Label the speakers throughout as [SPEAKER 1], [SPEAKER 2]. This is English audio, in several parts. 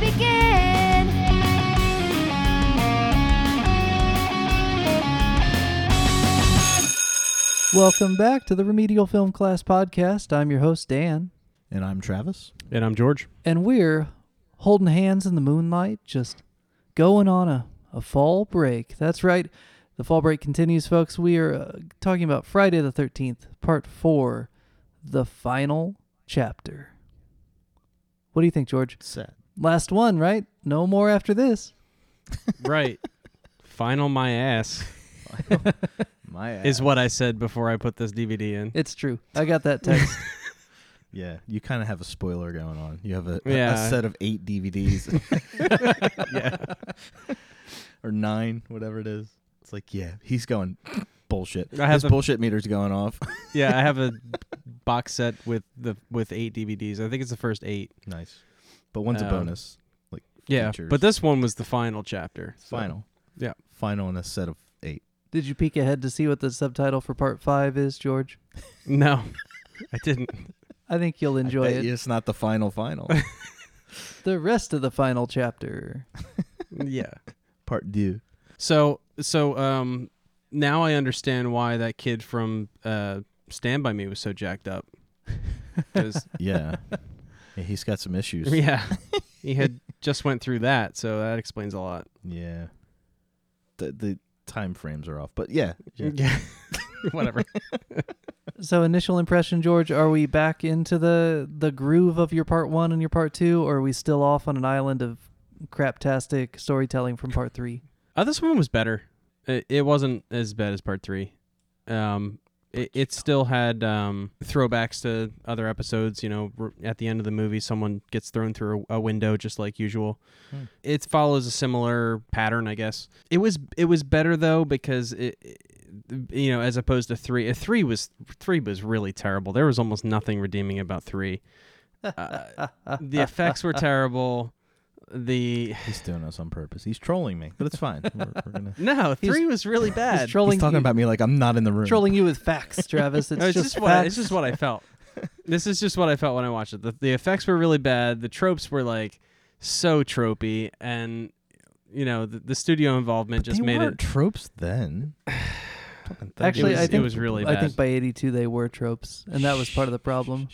[SPEAKER 1] begin.
[SPEAKER 2] Welcome back to the Remedial Film Class Podcast. I'm your host, Dan,
[SPEAKER 3] And I'm Travis.
[SPEAKER 4] And I'm George.
[SPEAKER 2] and we're holding hands in the moonlight, just going on a, a fall break. That's right. The fall break continues, folks. We are uh, talking about Friday the 13th, part four, the final chapter. What do you think, George?
[SPEAKER 3] Set.
[SPEAKER 2] Last one, right? No more after this.
[SPEAKER 4] Right. Final my ass
[SPEAKER 3] My ass.
[SPEAKER 4] is what I said before I put this DVD in.
[SPEAKER 2] It's true. I got that text.
[SPEAKER 3] Yeah, you kind of have a spoiler going on. You have a, a-
[SPEAKER 4] Yeah.
[SPEAKER 3] a set of eight DVDs. Or nine, whatever it is. It's like, yeah, he's going bullshit.
[SPEAKER 4] I have
[SPEAKER 3] His
[SPEAKER 4] the-
[SPEAKER 3] bullshit meter's going off.
[SPEAKER 4] yeah, I have a box set with the with eight DVDs. I think it's the first eight.
[SPEAKER 3] nice. But one's a
[SPEAKER 4] Um,
[SPEAKER 3] bonus. Like,
[SPEAKER 4] Yeah,
[SPEAKER 3] features.
[SPEAKER 4] but this one was the final chapter. so-
[SPEAKER 3] final.
[SPEAKER 4] yeah.
[SPEAKER 3] Final in a set of eight.
[SPEAKER 2] Did you peek ahead to see what the subtitle for part five is, George?
[SPEAKER 4] No, I didn't.
[SPEAKER 2] I think you'll
[SPEAKER 3] I
[SPEAKER 2] enjoy
[SPEAKER 3] bet
[SPEAKER 2] it.
[SPEAKER 3] you It's not the final, final.
[SPEAKER 2] The rest of the final chapter.
[SPEAKER 4] Yeah.
[SPEAKER 3] Part due.
[SPEAKER 4] So so um now I understand why that kid from uh Stand by Me was so jacked up. 'Cause-
[SPEAKER 3] Yeah. Yeah, he's got some issues.
[SPEAKER 4] yeah, he had just went through that, so that explains a lot.
[SPEAKER 3] Yeah. The, the time frames are off. But yeah. yeah.
[SPEAKER 4] Yeah. Whatever.
[SPEAKER 2] So initial impression, George, are we back into the the groove of your part one and your part two, or are we still off on an island of craptastic storytelling from part three?
[SPEAKER 4] Uh, this one was better. It, it wasn't as bad as part three. Um, it, it still had um, throwbacks to other episodes. You know, r- at the end of the movie, someone gets thrown through a, a window, just like usual.
[SPEAKER 3] Hmm.
[SPEAKER 4] It follows a similar pattern, I guess. It was it was better though because it, it- you know, as opposed to three. Uh, three was three was really terrible. There was almost nothing redeeming about three. Uh, the effects were terrible. The
[SPEAKER 3] He's doing this on purpose. He's trolling me, but it's fine. We're, we're gonna.
[SPEAKER 4] no three was really bad.
[SPEAKER 2] He's trolling
[SPEAKER 3] He's talking
[SPEAKER 2] you,
[SPEAKER 3] about me like I'm not in the room.
[SPEAKER 2] trolling you with facts, Travis. It's,
[SPEAKER 4] No, It's,
[SPEAKER 2] just,
[SPEAKER 4] just, what
[SPEAKER 2] facts.
[SPEAKER 4] it's just what I felt. this is just what I felt when I watched it. The, the effects were really bad. The tropes were like so tropey, and you know the, the studio involvement just
[SPEAKER 3] they
[SPEAKER 4] made
[SPEAKER 3] weren't
[SPEAKER 4] it.
[SPEAKER 3] tropes then. Fucking things-
[SPEAKER 2] Actually,
[SPEAKER 4] it was,
[SPEAKER 2] I think-
[SPEAKER 4] it was really
[SPEAKER 2] I
[SPEAKER 4] bad.
[SPEAKER 2] think by eighty two they were tropes, and that was part of the problem.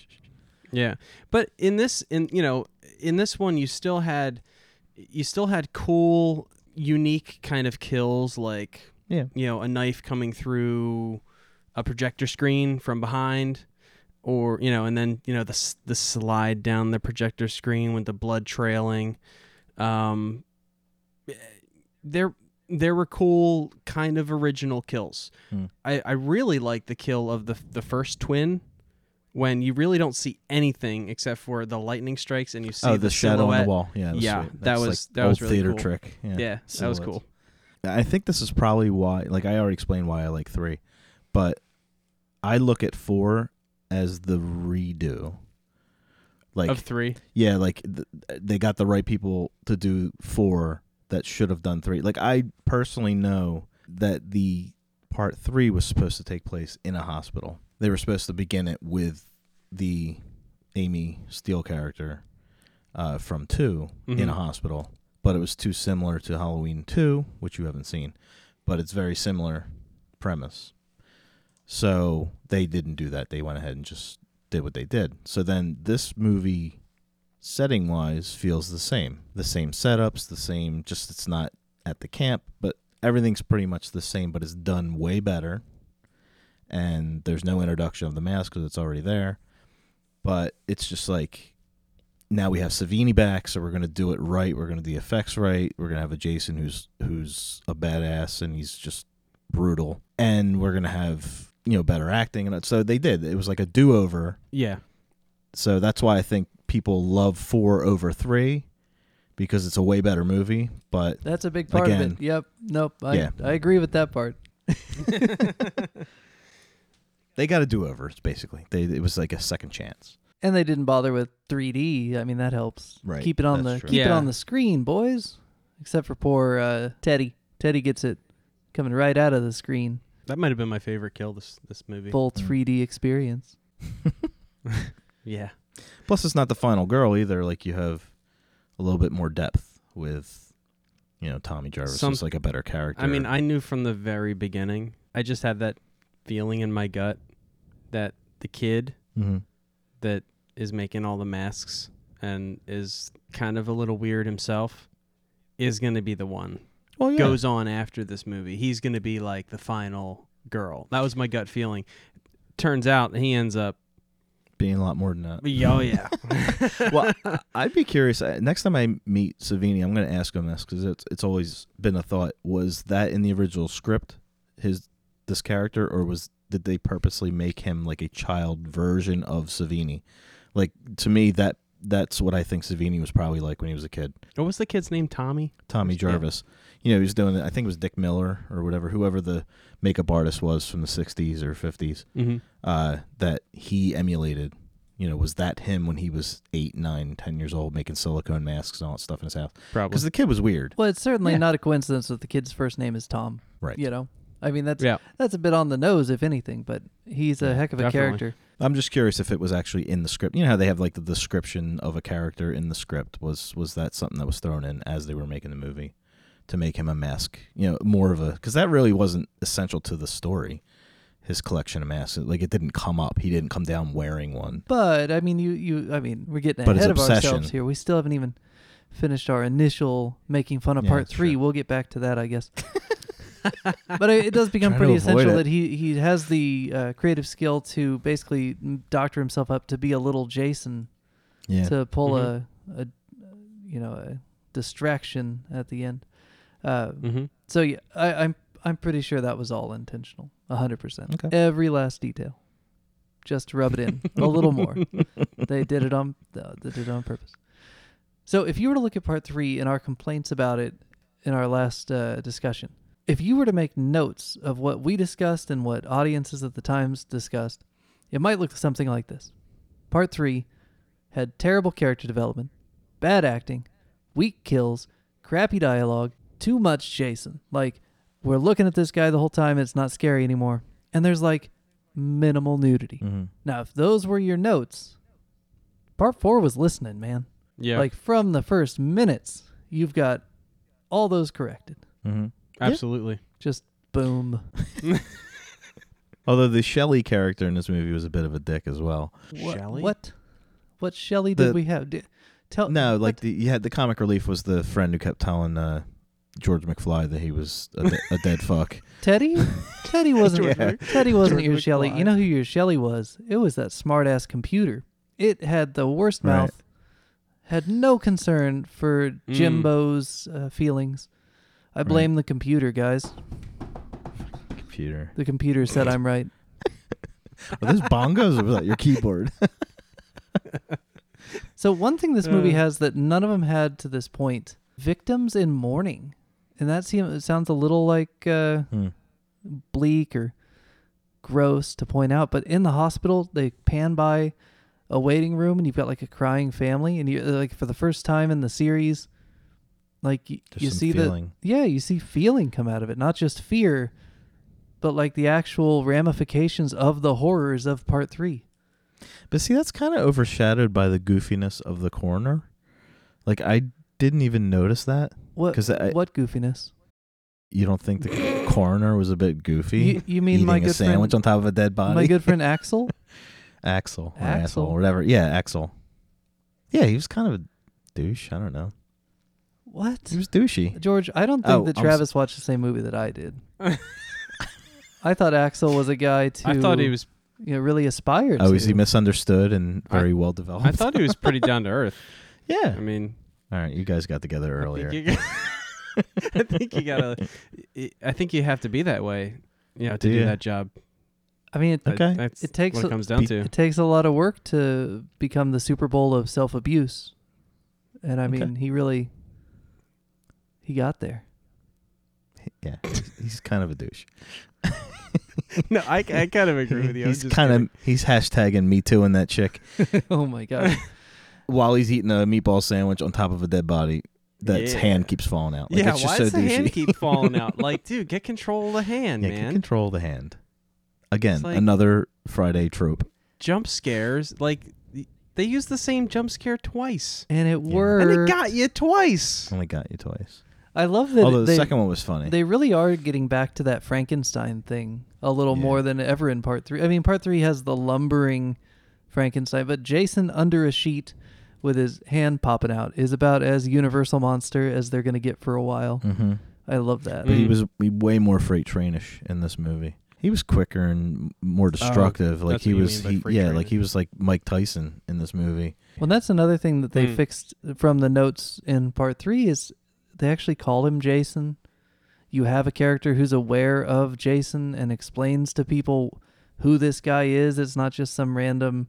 [SPEAKER 4] Yeah, but in this, in you know, in this one, you still had, you still had cool, unique kind of kills, like
[SPEAKER 3] Yeah.
[SPEAKER 4] you know, a knife coming through a projector screen from behind, or you know, and then you know the s- the slide down the projector screen with the blood trailing. Um, there there were cool kind of original kills.
[SPEAKER 3] Hmm.
[SPEAKER 4] I I really like the kill of the the first twin when you really don't see anything except for the lightning strikes and you see
[SPEAKER 3] oh,
[SPEAKER 4] the,
[SPEAKER 3] the, shadow
[SPEAKER 4] silhouette.
[SPEAKER 3] on the wall. Yeah, that was
[SPEAKER 4] Yeah,
[SPEAKER 3] sweet.
[SPEAKER 4] that
[SPEAKER 3] That's,
[SPEAKER 4] was-
[SPEAKER 3] like
[SPEAKER 4] that
[SPEAKER 3] old
[SPEAKER 4] was really
[SPEAKER 3] theater
[SPEAKER 4] cool.
[SPEAKER 3] trick. Yeah,
[SPEAKER 4] Yeah, that was
[SPEAKER 3] silhouettes.
[SPEAKER 4] cool.
[SPEAKER 3] I think this is probably why. Like I already explained why I like three, but I look at four as the redo. Like
[SPEAKER 4] of three,
[SPEAKER 3] yeah, like th- uh, they got the right people to do four that should have done three. Like I personally know that the part three was supposed to take place in a hospital. They were supposed to begin it with the Amy Steele character uh, from 2 in a
[SPEAKER 4] Mhm.
[SPEAKER 3] hospital, but it was too similar to Halloween two, which you haven't seen, but it's very similar premise. So they didn't do that. They went ahead and just did what they did. So then this movie setting wise feels the same. The same setups, the same, just it's not at the camp, but everything's pretty much the same, but it's done way better. And there's no introduction of the mask because it's already there. But it's just like now we have Savini back, so we're gonna do it right. We're gonna do the effects right. We're gonna have a Jason who's who's a badass and he's just brutal. And we're gonna have you know better acting and so they did. It was like a do over
[SPEAKER 4] yeah,
[SPEAKER 3] so that's why I think people love four over three because it's a way better movie. But
[SPEAKER 2] That's a big part
[SPEAKER 3] Again.
[SPEAKER 2] of it. Yep. Nope. I,
[SPEAKER 3] Yeah.
[SPEAKER 2] I agree with that part.
[SPEAKER 3] they got a do over basically. They it was like a second chance.
[SPEAKER 2] And they didn't bother with 3D. I mean, that helps.
[SPEAKER 3] Right,
[SPEAKER 2] Keep it on
[SPEAKER 3] that's
[SPEAKER 2] the
[SPEAKER 3] true.
[SPEAKER 2] keep it
[SPEAKER 4] Yeah.
[SPEAKER 2] on the screen, boys. Except for poor uh, Teddy. Teddy gets it coming right out of the screen.
[SPEAKER 4] that might have been my favorite kill this this movie.
[SPEAKER 2] Full
[SPEAKER 3] Mm.
[SPEAKER 2] 3D experience.
[SPEAKER 4] yeah,
[SPEAKER 3] Plus, it's not the final girl either. Like you have a little bit more depth with, you know, Tommy Jarvis
[SPEAKER 4] Some-
[SPEAKER 3] is like a better character.
[SPEAKER 4] I mean, uh, I knew from the very beginning. I just had that feeling in my gut that the kid
[SPEAKER 3] hmm
[SPEAKER 4] that is making all the masks and is kind of a little weird himself is going to be the one
[SPEAKER 3] well, yeah.
[SPEAKER 4] goes on after this movie. He's going to be like the final girl. That was my gut feeling. Turns out he ends up.
[SPEAKER 3] being a lot more than that.
[SPEAKER 4] Oh yeah.
[SPEAKER 3] well, I- I'd be curious. I- Next time I meet Savini, I'm going to ask him this because it's it's always been a thought. Was that in the original script, his this character, or was did they purposely make him like a child version of Savini? Like to me, that that's what I think Savini was probably like when he was a kid.
[SPEAKER 4] what was the kid's name? Tommy.
[SPEAKER 3] Tommy
[SPEAKER 4] Yeah.
[SPEAKER 3] Jarvis, you know, he was doing. I think it was Dick Miller or whatever, whoever the makeup artist was from the '60s or '50s
[SPEAKER 4] Mm-hmm.
[SPEAKER 3] uh, that he emulated. You know, was that him when he was eight, nine, ten years old, making silicone masks and all that stuff in his house?
[SPEAKER 4] Probably.
[SPEAKER 3] Because the kid was weird.
[SPEAKER 2] Well, it's certainly
[SPEAKER 4] Yeah.
[SPEAKER 2] not a coincidence that the kid's first name is Tom.
[SPEAKER 3] Right.
[SPEAKER 2] You know, I mean that's
[SPEAKER 4] yeah.
[SPEAKER 2] that's a bit on the nose, if anything. But he's a
[SPEAKER 3] Yeah,
[SPEAKER 2] heck of a
[SPEAKER 4] definitely.
[SPEAKER 2] character.
[SPEAKER 3] I'm just curious if it was actually in the script. You know how they have like the description of a character in the script. Was was that something that was thrown in as they were making the movie to make him a mask? You know, more of a because that really wasn't essential to the story. His collection of masks, like it didn't come up. He didn't come down wearing one.
[SPEAKER 2] But I mean, you you I mean, we're getting
[SPEAKER 3] But his
[SPEAKER 2] ahead of
[SPEAKER 3] obsession-
[SPEAKER 2] ourselves here. We still haven't even finished our initial making fun of
[SPEAKER 3] Yeah,
[SPEAKER 2] part three.
[SPEAKER 3] sure.
[SPEAKER 2] We'll get back to that, I guess. but it, it does become
[SPEAKER 3] Trying to
[SPEAKER 2] pretty
[SPEAKER 3] avoid
[SPEAKER 2] essential
[SPEAKER 3] it.
[SPEAKER 2] that he he has the uh, creative skill to basically doctor himself up to be a little Jason
[SPEAKER 3] Yeah, Mm-hmm.
[SPEAKER 2] to pull a, a you know a distraction at the end. Uh,
[SPEAKER 3] Mm.
[SPEAKER 4] Mm-hmm.
[SPEAKER 2] So yeah, I, I'm I'm pretty sure that was all intentional, a hundred percent.
[SPEAKER 3] Okay.
[SPEAKER 2] Every last detail, just to rub it in a little more. They did it on uh, they did it on purpose. So if you were to look at part three and our complaints about it in our last uh, discussion, if you were to make notes of what we discussed and what audiences at the times discussed, it might look something like this. Part three had terrible character development, bad acting, weak kills, crappy dialogue, too much Jason. Like, we're looking at this guy the whole time, it's not scary anymore. And there's like minimal nudity.
[SPEAKER 3] hmm
[SPEAKER 2] Now, if those were your notes, part four was listening, man.
[SPEAKER 4] Yeah.
[SPEAKER 2] Like, from the first minutes, you've got all those corrected.
[SPEAKER 3] hmm
[SPEAKER 4] absolutely.
[SPEAKER 2] Just boom.
[SPEAKER 3] Although the Shelley character in this movie was a bit of a dick as well.
[SPEAKER 2] What,
[SPEAKER 4] Shelley?
[SPEAKER 2] What, what Shelley did
[SPEAKER 3] The-
[SPEAKER 2] we have? Di- tell
[SPEAKER 3] No, like
[SPEAKER 2] what-
[SPEAKER 3] Oh, the you had the comic relief was the friend who kept telling uh, George McFly that he was a, de- a dead fuck.
[SPEAKER 2] Teddy? Teddy wasn't
[SPEAKER 3] George Mc-
[SPEAKER 2] Teddy wasn't
[SPEAKER 4] George
[SPEAKER 2] your Shelley.
[SPEAKER 4] McFly.
[SPEAKER 2] You know who your Shelley was? It was that smart ass computer. It had the worst
[SPEAKER 3] Right.
[SPEAKER 2] mouth. Had no concern for Jimbo's uh, feelings. I blame the computer, guys.
[SPEAKER 3] Computer.
[SPEAKER 2] The computer said I'm right.
[SPEAKER 3] Are those bongos or was that your keyboard?
[SPEAKER 2] So one thing this movie
[SPEAKER 4] Uh.
[SPEAKER 2] has that none of them had to this point: victims in mourning, and that seems it sounds a little like uh,
[SPEAKER 3] Hmm.
[SPEAKER 2] bleak or gross to point out, but in the hospital, they pan by a waiting room and you've got like a crying family, and you like for the first time in the series, like y-
[SPEAKER 3] There's
[SPEAKER 2] you
[SPEAKER 3] some
[SPEAKER 2] see the
[SPEAKER 3] feeling.
[SPEAKER 2] yeah, you see feeling come out of it, not just fear, but like the actual ramifications of the horrors of part three.
[SPEAKER 3] But see, that's kind of overshadowed by the goofiness of the coroner. Like I didn't even notice that
[SPEAKER 2] What
[SPEAKER 3] because
[SPEAKER 2] Uh, what goofiness?
[SPEAKER 3] you don't think the coroner was a bit goofy.
[SPEAKER 2] You, you mean
[SPEAKER 3] Eating
[SPEAKER 2] my
[SPEAKER 3] a
[SPEAKER 2] good
[SPEAKER 3] sandwich
[SPEAKER 2] friend,
[SPEAKER 3] on top of a dead body.
[SPEAKER 2] my good friend Axel?
[SPEAKER 3] Axel, or
[SPEAKER 2] Axel.
[SPEAKER 3] Axel, or whatever. Yeah, Axel. Yeah, he was kind of a douche. I don't know.
[SPEAKER 2] What?
[SPEAKER 3] He was douchey.
[SPEAKER 2] George, I don't think
[SPEAKER 3] Oh,
[SPEAKER 2] that
[SPEAKER 3] I'm s-
[SPEAKER 2] Travis watched the same movie that I did. I thought Axel was a guy to
[SPEAKER 4] I thought he was.
[SPEAKER 2] you know, really aspired
[SPEAKER 3] Oh,
[SPEAKER 2] to.
[SPEAKER 3] is he misunderstood and
[SPEAKER 4] I-
[SPEAKER 3] very well developed?
[SPEAKER 4] I thought he was pretty down to earth.
[SPEAKER 3] Yeah.
[SPEAKER 4] I mean,
[SPEAKER 3] All right, you guys got together
[SPEAKER 4] I
[SPEAKER 3] earlier.
[SPEAKER 4] think you, I think you gotta. I think you have to be that way. You know, to
[SPEAKER 3] Do
[SPEAKER 4] do
[SPEAKER 3] ya?
[SPEAKER 4] that job.
[SPEAKER 2] I mean, it,
[SPEAKER 4] That-
[SPEAKER 3] Okay.
[SPEAKER 4] that's
[SPEAKER 2] It takes
[SPEAKER 4] what
[SPEAKER 2] a-
[SPEAKER 4] it comes down
[SPEAKER 3] be-
[SPEAKER 4] to.
[SPEAKER 2] it takes a lot of work to become the Super Bowl of self abuse, and I
[SPEAKER 3] Okay.
[SPEAKER 2] mean, he really he got there.
[SPEAKER 3] Yeah, he's- he's kind of a douche.
[SPEAKER 4] no, I, I kind of agree with you.
[SPEAKER 3] he's kind of he's hashtagging me too and that chick
[SPEAKER 2] oh my god!
[SPEAKER 3] while he's eating a meatball sandwich on top of a dead body. That
[SPEAKER 4] Yeah.
[SPEAKER 3] hand keeps falling out. Like,
[SPEAKER 4] yeah,
[SPEAKER 3] it's just
[SPEAKER 4] why
[SPEAKER 3] so
[SPEAKER 4] does the hand
[SPEAKER 3] douchey.
[SPEAKER 4] keep falling out? Like, dude, get control of the hand,
[SPEAKER 3] yeah, can
[SPEAKER 4] man.
[SPEAKER 3] control the hand. Again,
[SPEAKER 4] It's like-
[SPEAKER 3] another Friday trope.
[SPEAKER 4] Jump scares, like, y- They used the same jump scare twice,
[SPEAKER 2] and it
[SPEAKER 3] Yeah.
[SPEAKER 2] worked.
[SPEAKER 4] and it got you twice.
[SPEAKER 3] Only got you twice.
[SPEAKER 2] I love that
[SPEAKER 3] Although the
[SPEAKER 2] they,
[SPEAKER 3] second one eh. was funny.
[SPEAKER 2] they really are getting back to that Frankenstein thing a little
[SPEAKER 3] Yeah.
[SPEAKER 2] more than ever in part three. I mean, part three has the lumbering Frankenstein, but Jason under a sheet with his hand popping out is about as universal monster as they're going to get for a while.
[SPEAKER 3] mm-hmm.
[SPEAKER 2] I love that.
[SPEAKER 3] But he
[SPEAKER 4] Mm.
[SPEAKER 3] was way more freight trainish in this movie. He was quicker and more destructive. like
[SPEAKER 4] Oh, that's
[SPEAKER 3] he
[SPEAKER 4] what you
[SPEAKER 3] was,
[SPEAKER 4] mean by
[SPEAKER 3] he,
[SPEAKER 4] freight
[SPEAKER 3] yeah,
[SPEAKER 4] train.
[SPEAKER 3] like he was like Mike Tyson in this movie.
[SPEAKER 2] Well, that's another thing that they
[SPEAKER 4] Mm.
[SPEAKER 2] fixed from the notes in part three is they actually call him Jason. You have a character who's aware of Jason and explains to people who this guy is. It's not just some random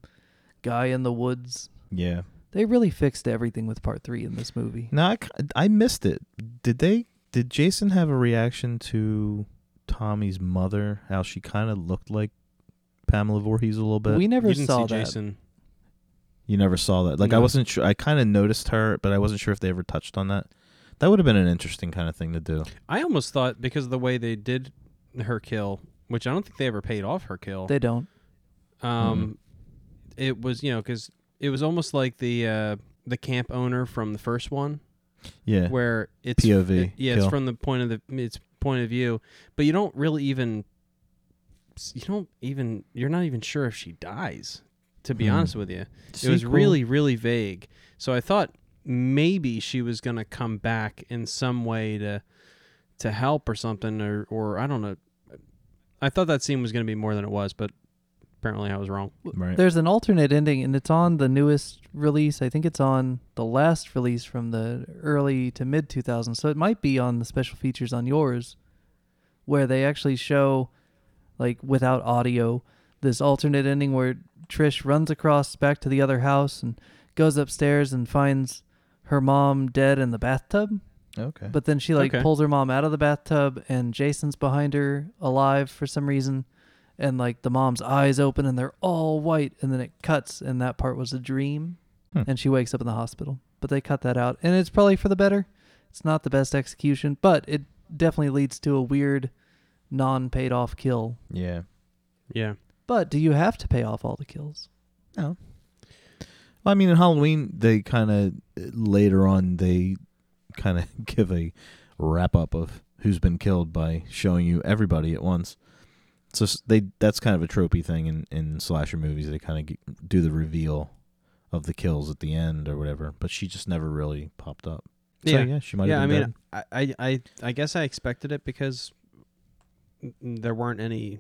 [SPEAKER 2] guy in the woods.
[SPEAKER 3] Yeah.
[SPEAKER 2] They really fixed everything with part three in this movie.
[SPEAKER 3] No, I, ki- I missed it. Did they? Did Jason have a reaction to Tommy's mother? How she kind of looked like Pamela Voorhees a little bit.
[SPEAKER 2] we never
[SPEAKER 4] you didn't
[SPEAKER 2] saw
[SPEAKER 4] see
[SPEAKER 2] that.
[SPEAKER 4] Jason.
[SPEAKER 3] you never saw that. Like I
[SPEAKER 4] No.
[SPEAKER 3] wasn't sure. I kind of noticed her, but I wasn't sure if they ever touched on that. That would have been an interesting kind of thing to do.
[SPEAKER 4] I almost thought because of the way they did her kill, which I don't think they ever paid off her kill.
[SPEAKER 2] They don't.
[SPEAKER 4] Um, it was you know because it was almost like the uh, the camp owner from the first one,
[SPEAKER 3] Yeah.
[SPEAKER 4] where it's
[SPEAKER 3] POV
[SPEAKER 4] it- yeah,
[SPEAKER 3] kill.
[SPEAKER 4] it's from the point of the its point of view, but you don't really even you don't even you're not even sure if she dies. To be
[SPEAKER 3] Hmm.
[SPEAKER 4] honest with you, it was
[SPEAKER 3] Sequel.
[SPEAKER 4] really really vague. So I thought maybe she was gonna come back in some way to to help or something or or I don't know. I thought that scene was gonna be more than it was, but apparently I was wrong.
[SPEAKER 3] right.
[SPEAKER 2] There's an alternate ending, and it's on the newest release. I think it's on the last release from the early to mid 2000s. So it might be on the special features on yours, where they actually show, like, without audio, this alternate ending where Trish runs across back to the other house and goes upstairs and finds her mom dead in the bathtub.
[SPEAKER 3] Okay.
[SPEAKER 2] But then she like
[SPEAKER 4] Okay.
[SPEAKER 2] pulls her mom out of the bathtub, and Jason's behind her, alive for some reason, and like the mom's eyes open and they're all white, and then it cuts, and that part was a dream,
[SPEAKER 3] Hmm.
[SPEAKER 2] and she wakes up in the hospital. But they cut that out, and it's probably for the better. It's not the best execution, but it definitely leads to a weird, non-paid off kill.
[SPEAKER 3] yeah.
[SPEAKER 4] Yeah.
[SPEAKER 2] But do you have to pay off all the kills?
[SPEAKER 3] Well, I mean, in Halloween, they kind of later on they kind of give a wrap up of who's been killed by showing you everybody at once. So s- they that's kind of a tropey thing in in slasher movies. They kind of do the reveal of the kills at the end or whatever, but she just never really popped up. So yeah, she might
[SPEAKER 4] yeah, I
[SPEAKER 3] have been
[SPEAKER 4] mean, I, I, I, I guess I expected it because n- there weren't any,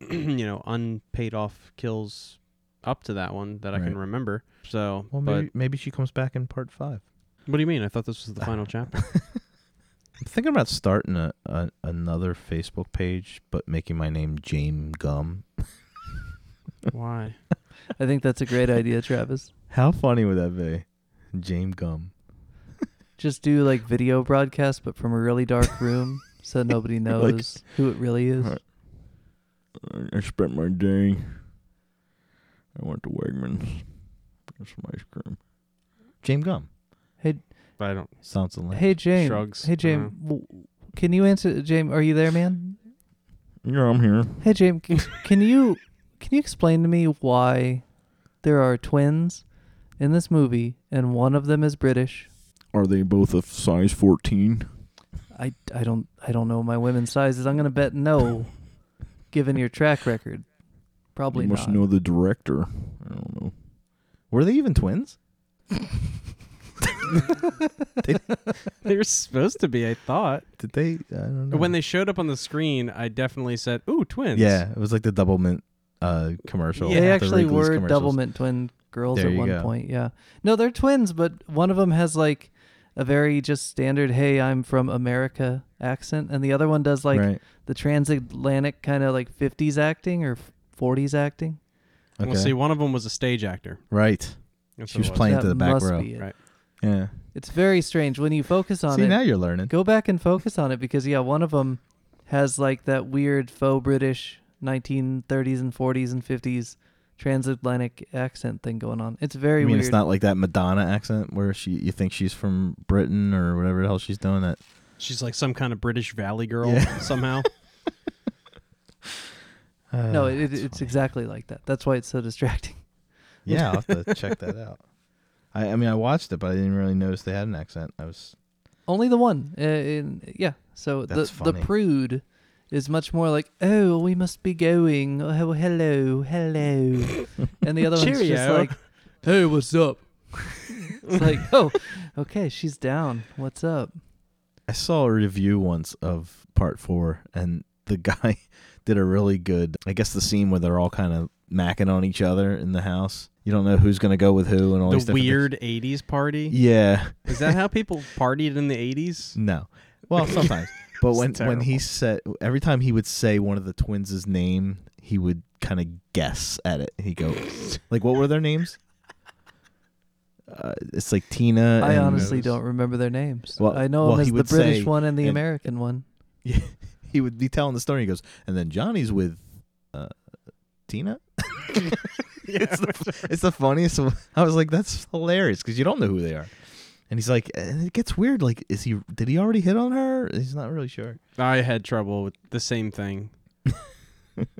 [SPEAKER 4] you know, unpaid off kills up to that one that I
[SPEAKER 3] Right.
[SPEAKER 4] can remember. So,
[SPEAKER 3] Well,
[SPEAKER 4] but
[SPEAKER 3] maybe, maybe she comes back in part 5.
[SPEAKER 4] what do you mean? I thought this was the final chapter.
[SPEAKER 3] I'm thinking about starting a, a another Facebook page but making my name James Gum.
[SPEAKER 4] Why?
[SPEAKER 2] I think that's a great idea, Travis.
[SPEAKER 3] How funny would that be? James Gum.
[SPEAKER 2] Just do like video broadcast, but from a really dark room, so nobody
[SPEAKER 3] Like-
[SPEAKER 2] knows who it really is.
[SPEAKER 3] Right. I spent my day. I went to Wegmans. Got some ice cream. James Gum.
[SPEAKER 4] But I don't.
[SPEAKER 3] Sounds a lot.
[SPEAKER 2] Hey James.
[SPEAKER 4] shrugs. Uh-huh.
[SPEAKER 2] Hey
[SPEAKER 4] I
[SPEAKER 2] James. W- can you answer James, are you there, man?
[SPEAKER 3] Yeah, I'm here.
[SPEAKER 2] Hey James, can, can you can you explain to me why there are twins in this movie and one of them is British?
[SPEAKER 1] Are they both a size 14?
[SPEAKER 2] I, I don't I don't know my women's sizes. I'm going to bet no given your track record. Probably
[SPEAKER 1] you must
[SPEAKER 2] not.
[SPEAKER 1] know the director. I don't know.
[SPEAKER 3] Were they even twins?
[SPEAKER 4] They were supposed to be. I thought
[SPEAKER 3] Did they? I don't know.
[SPEAKER 4] when they showed up on the screen, I definitely said, "Ooh, twins."
[SPEAKER 3] Yeah, it was like the double mint uh, commercial.
[SPEAKER 4] Yeah,
[SPEAKER 2] they
[SPEAKER 3] the
[SPEAKER 2] actually
[SPEAKER 3] Wrigley's
[SPEAKER 2] were
[SPEAKER 3] commercials.
[SPEAKER 2] double mint twin girls
[SPEAKER 3] There
[SPEAKER 2] at
[SPEAKER 3] you
[SPEAKER 2] one
[SPEAKER 3] go.
[SPEAKER 2] point. Yeah. No, they're twins, but one of them has like a very just standard "Hey, I'm from America" accent, and the other one does like
[SPEAKER 3] right.
[SPEAKER 2] the transatlantic kind of like 50s acting or 40s acting.
[SPEAKER 3] Okay.
[SPEAKER 4] Well, see, one of them was a stage actor.
[SPEAKER 3] Right.
[SPEAKER 4] That's
[SPEAKER 3] She
[SPEAKER 4] what
[SPEAKER 3] was
[SPEAKER 4] it
[SPEAKER 3] playing-
[SPEAKER 2] that
[SPEAKER 3] to the back
[SPEAKER 2] must
[SPEAKER 3] row.
[SPEAKER 2] Be it.
[SPEAKER 4] Right.
[SPEAKER 3] Yeah.
[SPEAKER 2] It's very strange when you focus on
[SPEAKER 3] See,
[SPEAKER 2] it.
[SPEAKER 3] now you're learning.
[SPEAKER 2] go back and focus on it because yeah, one of them has like that weird faux British 1930s and 40s and 50s transatlantic accent thing going on. It's very
[SPEAKER 3] I mean,
[SPEAKER 2] weird.
[SPEAKER 3] it's not like that Madonna accent where she you think she's from Britain or whatever the hell she's doing. That
[SPEAKER 4] She's like some kind of British Valley girl
[SPEAKER 3] Yeah.
[SPEAKER 4] somehow.
[SPEAKER 3] uh,
[SPEAKER 2] no, it, it,
[SPEAKER 3] that's
[SPEAKER 2] it's
[SPEAKER 3] funny.
[SPEAKER 2] exactly like that. That's why it's so distracting.
[SPEAKER 3] Yeah, I'll have to check that out. I, I mean, I watched it, but I didn't really notice they had an accent. I was
[SPEAKER 2] Only the one. Uh, in, yeah. So the
[SPEAKER 3] That's
[SPEAKER 2] the
[SPEAKER 3] funny.
[SPEAKER 2] prude is much more like, oh, we must be going. Oh, hello, hello. and the other one's just
[SPEAKER 4] Cheerio.
[SPEAKER 2] like, hey, what's up? it's like, oh, okay, she's down. What's up?
[SPEAKER 3] I saw a review once of part four, and the guy did a really good. I guess the scene where they're all kind of macking on each other in the house. You don't know who's gonna go with who, and all these
[SPEAKER 4] the
[SPEAKER 3] different things.
[SPEAKER 4] weird '80s party.
[SPEAKER 3] Yeah,
[SPEAKER 4] Is that how people partied in the '80s?
[SPEAKER 3] no. Well, sometimes, but when
[SPEAKER 4] It's
[SPEAKER 3] when he
[SPEAKER 4] terrible.
[SPEAKER 3] said every time he would say one of the twins' name, he would kind of guess at it. He go like, "What were their names?" Uh, it's like Tina.
[SPEAKER 2] I
[SPEAKER 3] Uh, and-
[SPEAKER 2] honestly don't remember their names.
[SPEAKER 3] Well-
[SPEAKER 2] I know
[SPEAKER 3] well,
[SPEAKER 2] them as
[SPEAKER 3] he
[SPEAKER 2] the
[SPEAKER 3] would
[SPEAKER 2] British
[SPEAKER 3] say-
[SPEAKER 2] one and the
[SPEAKER 3] and-
[SPEAKER 2] American one.
[SPEAKER 3] he would be telling the story. He goes, and then Johnny's with uh, Tina. it's, the, it's the funniest. one. I was like, that's hilarious because you don't know who they are. And he's like, and it gets weird. Like, is he? Did he already hit on her? He's not really sure.
[SPEAKER 4] I had trouble with the same thing,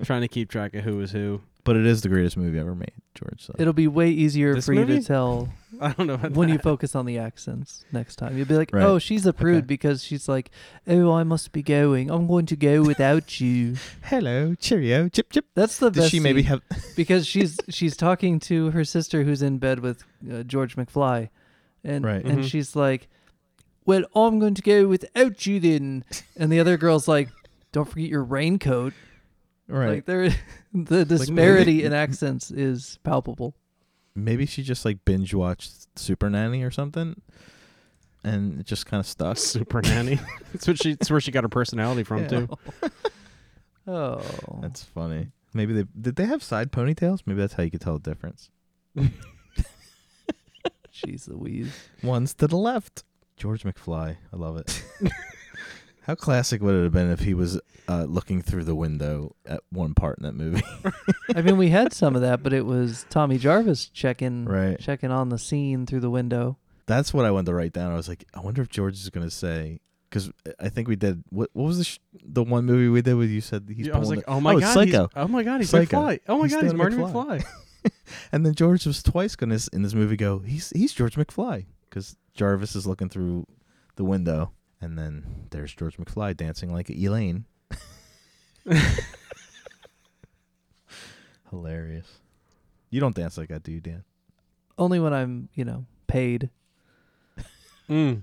[SPEAKER 4] trying to keep track of who was who.
[SPEAKER 3] But it is the greatest movie ever made, George. So.
[SPEAKER 2] It'll be way easier
[SPEAKER 4] This
[SPEAKER 2] for you
[SPEAKER 4] movie?
[SPEAKER 2] to tell
[SPEAKER 4] I don't know about
[SPEAKER 2] when you
[SPEAKER 4] that.
[SPEAKER 2] focus on the accents next time. You'll be like,
[SPEAKER 3] Right.
[SPEAKER 2] oh, she's a prude
[SPEAKER 3] Okay.
[SPEAKER 2] because she's like, oh, I must be going. I'm going to go without you.
[SPEAKER 3] Hello, cheerio, chip chip.
[SPEAKER 2] That's the
[SPEAKER 3] Does
[SPEAKER 2] best.
[SPEAKER 3] she maybe
[SPEAKER 2] scene
[SPEAKER 3] have?
[SPEAKER 2] because she's she's talking to her sister who's in bed with uh, George McFly, and
[SPEAKER 3] Right.
[SPEAKER 2] and
[SPEAKER 4] Mhm.
[SPEAKER 2] she's like, well, I'm going to go without you then. And the other girl's like, don't forget your raincoat.
[SPEAKER 3] Right.
[SPEAKER 2] Like there, the disparity in accents is palpable.
[SPEAKER 3] maybe she just like binge watched Super Nanny or something, and it just kind of stuck.
[SPEAKER 4] Super nanny. that's what she. That's where she got her personality from
[SPEAKER 3] Yeah.
[SPEAKER 4] too.
[SPEAKER 2] Oh,
[SPEAKER 3] That's funny. Maybe they did they have side ponytails? Maybe that's how you could tell the difference.
[SPEAKER 2] jeez Louise.
[SPEAKER 3] One's to the left. George McFly. I love it. how classic would it have been if he was uh, looking through the window at one part in that movie?
[SPEAKER 2] I mean, we had some of that, but it was Tommy Jarvis checking
[SPEAKER 3] right.
[SPEAKER 2] checking on the scene through the window.
[SPEAKER 3] That's what I wanted to write down. I was like, I wonder if George is going to say because I think we did. What What was the sh- the one movie we did where you said he's
[SPEAKER 4] Yeah, I was
[SPEAKER 3] pulling
[SPEAKER 4] like,
[SPEAKER 3] the-
[SPEAKER 4] oh my god,
[SPEAKER 3] Psycho.
[SPEAKER 4] He's, oh my god, he's
[SPEAKER 3] Psycho.
[SPEAKER 4] McFly. Oh my
[SPEAKER 3] He's
[SPEAKER 4] god, he's
[SPEAKER 3] Stanley
[SPEAKER 4] Marty
[SPEAKER 3] McFly.
[SPEAKER 4] McFly.
[SPEAKER 3] and then George was twice going to in this movie go he's he's George McFly because Jarvis is looking through the window and then there's George McFly dancing like Elaine. Hilarious. You don't dance like that, do you, Dan?
[SPEAKER 2] Only when I'm, you know, paid.
[SPEAKER 4] Mm.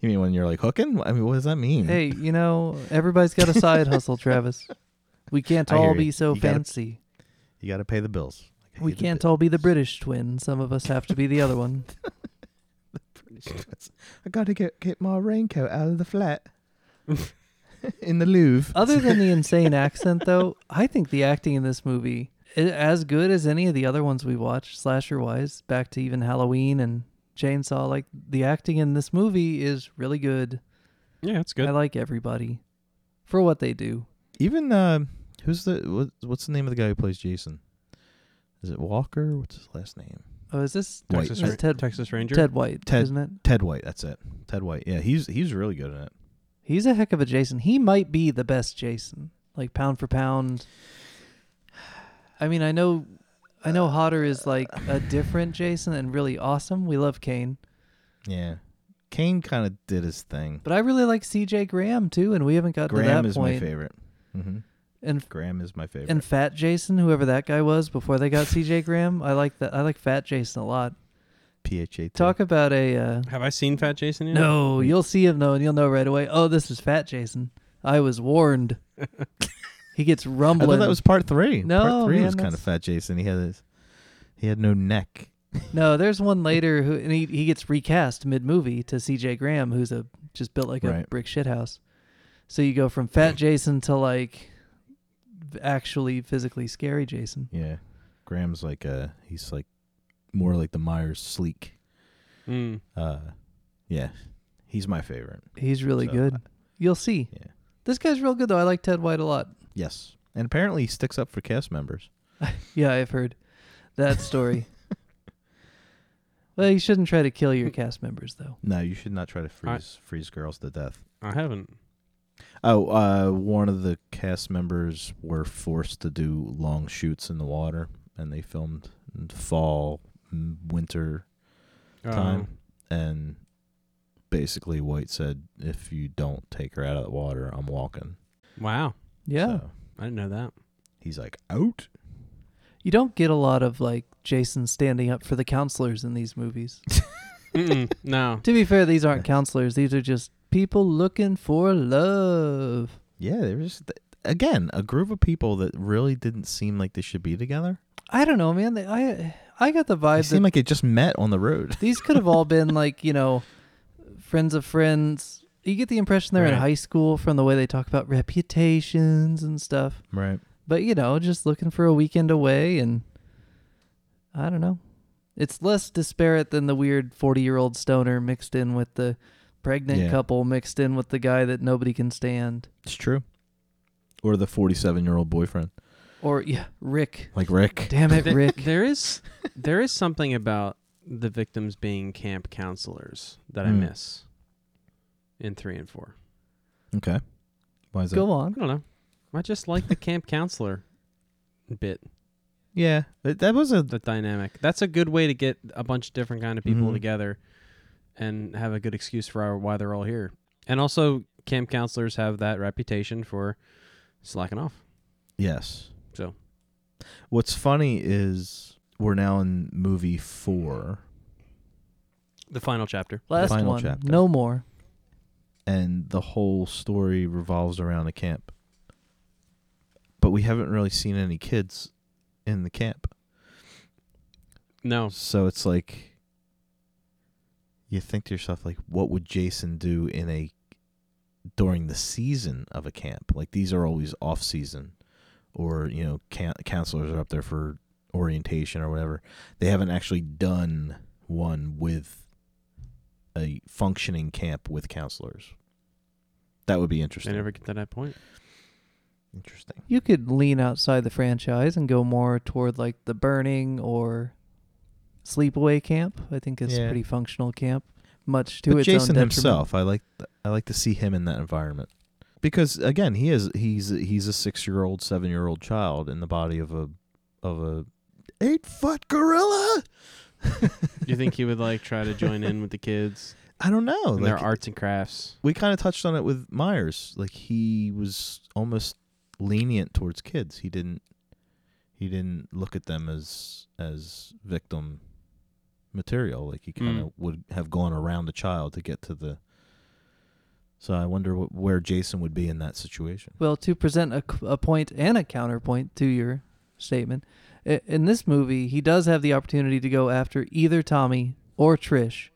[SPEAKER 3] You mean when you're like hooking? I mean, what does that mean?
[SPEAKER 2] Hey, you know, everybody's got a side hustle, Travis. We can't
[SPEAKER 3] I hear
[SPEAKER 2] all
[SPEAKER 3] you.
[SPEAKER 2] be so
[SPEAKER 3] You gotta-
[SPEAKER 2] fancy.
[SPEAKER 3] You got to pay the bills. I
[SPEAKER 2] We
[SPEAKER 3] hate the
[SPEAKER 2] can't
[SPEAKER 3] bi-
[SPEAKER 2] all be the British twin. Some of us have to be the other one.
[SPEAKER 3] I got to get get my raincoat out of the flat in the Louvre.
[SPEAKER 2] Other than the insane accent, though, I think the acting in this movie is as good as any of the other ones we watched, slasher wise, back to even Halloween and Chainsaw. Like, the acting in this movie is really good.
[SPEAKER 4] Yeah, it's
[SPEAKER 2] I
[SPEAKER 4] good.
[SPEAKER 2] like everybody for what they do.
[SPEAKER 3] Even uh, who's the what, what's the name of the guy who plays Jason? Is it Walker? What's his last name?
[SPEAKER 2] Oh, is this
[SPEAKER 3] White.
[SPEAKER 4] Texas,
[SPEAKER 2] That's
[SPEAKER 4] Ra-
[SPEAKER 2] Ted-
[SPEAKER 4] Texas Ranger.
[SPEAKER 2] Ted White,
[SPEAKER 3] Ted-
[SPEAKER 2] isn't it?
[SPEAKER 3] Ted White. That's it. Ted White. Yeah, he's he's really good in it.
[SPEAKER 2] He's a heck of a Jason. He might be the best Jason, like pound for pound. I mean, I know, I know, Hodder is like a different Jason and really awesome. We love Kane,
[SPEAKER 3] Yeah, Kane kind of did his thing.
[SPEAKER 2] but I really like C.J. Graham too, and we haven't got to
[SPEAKER 3] Graham
[SPEAKER 2] that
[SPEAKER 3] is
[SPEAKER 2] point.
[SPEAKER 3] my favorite. hmm
[SPEAKER 2] And
[SPEAKER 3] Graham is my favorite.
[SPEAKER 2] and Fat Jason, whoever that guy was before they got C.J. Graham, I like that. I like Fat Jason a lot.
[SPEAKER 3] PHA.
[SPEAKER 2] Talk about a uh,
[SPEAKER 4] Have I seen Fat Jason yet?
[SPEAKER 2] no. You'll see him though, and you'll know right away. Oh, this is Fat Jason. I was warned. he gets
[SPEAKER 3] I
[SPEAKER 2] rumbling.
[SPEAKER 3] thought that was part three.
[SPEAKER 2] No,
[SPEAKER 3] part three
[SPEAKER 2] man,
[SPEAKER 3] was kind of
[SPEAKER 2] that's-
[SPEAKER 3] fat Jason. He had his, he had no neck.
[SPEAKER 2] No, there's one later who and he, he gets recast mid movie to CJ Graham, who's a just built like a
[SPEAKER 3] Right.
[SPEAKER 2] brick shithouse. So you go from fat Jason to like actually physically scary Jason.
[SPEAKER 3] Yeah, Graham's like uh he's like more like the Myers sleek.
[SPEAKER 4] Mm.
[SPEAKER 3] Uh, yeah, he's my favorite.
[SPEAKER 2] He's really
[SPEAKER 3] So,
[SPEAKER 2] good.
[SPEAKER 3] I-
[SPEAKER 2] You'll see.
[SPEAKER 3] yeah.
[SPEAKER 2] This guy's real good though. I like Ted White a lot.
[SPEAKER 3] Yes, and apparently he sticks up for cast members.
[SPEAKER 2] Yeah, I've heard that story. well, you shouldn't try to kill your cast members though.
[SPEAKER 3] No, you should not try to
[SPEAKER 4] I-
[SPEAKER 3] freeze freeze girls to death.
[SPEAKER 4] I haven't.
[SPEAKER 3] Oh, uh, one of the cast members were forced to do long shoots in the water, and they filmed and fall, m- winter,
[SPEAKER 2] Um,
[SPEAKER 4] Um,
[SPEAKER 3] Time. and basically White said, "If you don't take her out of the water, I'm walking."
[SPEAKER 4] Wow.
[SPEAKER 2] Yeah.
[SPEAKER 3] So
[SPEAKER 4] I didn't know that.
[SPEAKER 3] he's like, "Out."
[SPEAKER 2] You don't get a lot of like Jason standing up for the counselors in these movies.
[SPEAKER 4] Mm-mm, no.
[SPEAKER 2] to be fair, these aren't counselors. These are just people looking for love.
[SPEAKER 3] Yeah, there was th- again a group of people that really didn't seem like they should be together.
[SPEAKER 2] I don't know, man. They, I I got the
[SPEAKER 3] They
[SPEAKER 2] vibe that
[SPEAKER 3] seemed like they just met on the road.
[SPEAKER 2] these could have all been like you know, friends of friends. You get the impression they're in
[SPEAKER 4] Right.
[SPEAKER 2] high school from the way they talk about reputations and stuff.
[SPEAKER 3] Right.
[SPEAKER 2] But you know, just looking for a weekend away, and I don't know. It's less disparate than the weird forty-year-old stoner mixed in with the pregnant
[SPEAKER 3] Yeah.
[SPEAKER 2] couple mixed in with the guy that nobody can stand.
[SPEAKER 3] It's true. Or the 47 year old boyfriend,
[SPEAKER 2] Or yeah, Rick.
[SPEAKER 3] like Rick.
[SPEAKER 2] Damn it,
[SPEAKER 4] Th-
[SPEAKER 2] Rick.
[SPEAKER 4] There is there is something about the victims being camp counselors that I
[SPEAKER 3] Hmm.
[SPEAKER 4] miss in three and four.
[SPEAKER 3] Okay. Why is that?
[SPEAKER 2] Go
[SPEAKER 4] I
[SPEAKER 2] on.
[SPEAKER 4] don't know. I just like the camp counselor bit,
[SPEAKER 3] Yeah, that, that was a
[SPEAKER 4] the dynamic. That's a good way to get a bunch of different kind of people
[SPEAKER 3] Mhm.
[SPEAKER 4] together and have a good excuse for our- why they're all here. And also, camp counselors have that reputation for slacking off.
[SPEAKER 3] yes.
[SPEAKER 4] So.
[SPEAKER 3] what's funny is we're now in movie four,
[SPEAKER 4] The final chapter.
[SPEAKER 2] Last
[SPEAKER 3] Final
[SPEAKER 2] one.
[SPEAKER 3] chapter.
[SPEAKER 2] No more.
[SPEAKER 3] and the whole story revolves around a camp. But we haven't really seen any kids in the camp,
[SPEAKER 4] No.
[SPEAKER 3] so it's like you think to yourself, like, what would Jason do in a during the season of a camp? Like these are always off season, or you know, can- counselors are up there for orientation or whatever. They haven't actually done one with a functioning camp with counselors. That would be
[SPEAKER 4] They
[SPEAKER 3] interesting.
[SPEAKER 4] never get to that point.
[SPEAKER 3] Interesting.
[SPEAKER 2] You could lean outside the franchise and go more toward like the Burning or Sleepaway Camp. I think is
[SPEAKER 3] Yeah.
[SPEAKER 2] pretty functional camp, much to
[SPEAKER 3] but
[SPEAKER 2] its
[SPEAKER 3] Jason
[SPEAKER 2] own detriment.
[SPEAKER 3] himself, I like th- I like to see him in that environment because again, he is he's he's a six year old, seven year old child in the body of a of a eight foot gorilla.
[SPEAKER 4] Do you think he would like try to join in with the kids
[SPEAKER 3] I don't know.
[SPEAKER 4] and
[SPEAKER 3] Like
[SPEAKER 4] their arts and crafts?
[SPEAKER 3] we kind of touched on it with Myers, like he was almost lenient towards kids. He didn't he didn't look at them as as victim material. Like he kind of
[SPEAKER 4] Mm.
[SPEAKER 3] would have gone around a child to get to the. So I wonder wh- where Jason would be in that situation.
[SPEAKER 2] Well, to present a, c- a point and a counterpoint to your statement, i- in this movie, he does have the opportunity to go after either Tommy or Trish,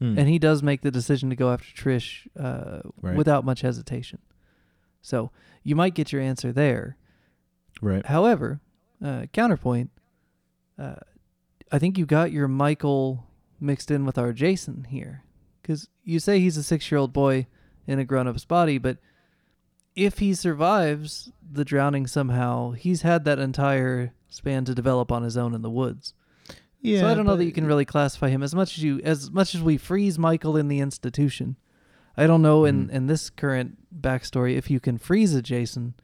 [SPEAKER 2] and he does make the decision to go after Trish uh,
[SPEAKER 3] Hmm. Right.
[SPEAKER 2] without much hesitation. So you might get your answer there.
[SPEAKER 3] right.
[SPEAKER 2] However, uh, counterpoint, uh, I think you got your Michael mixed in with our Jason here. Because you say he's a six year old boy in a grown up's body, but if he survives the drowning somehow, he's had that entire span to develop on his own in the woods.
[SPEAKER 3] Yeah.
[SPEAKER 2] so I don't know that
[SPEAKER 3] but-
[SPEAKER 2] you can really classify him as much as you as much as we freeze Michael in the institution. I don't know in,
[SPEAKER 3] Mhm.
[SPEAKER 2] in this current backstory if you can freeze a Jason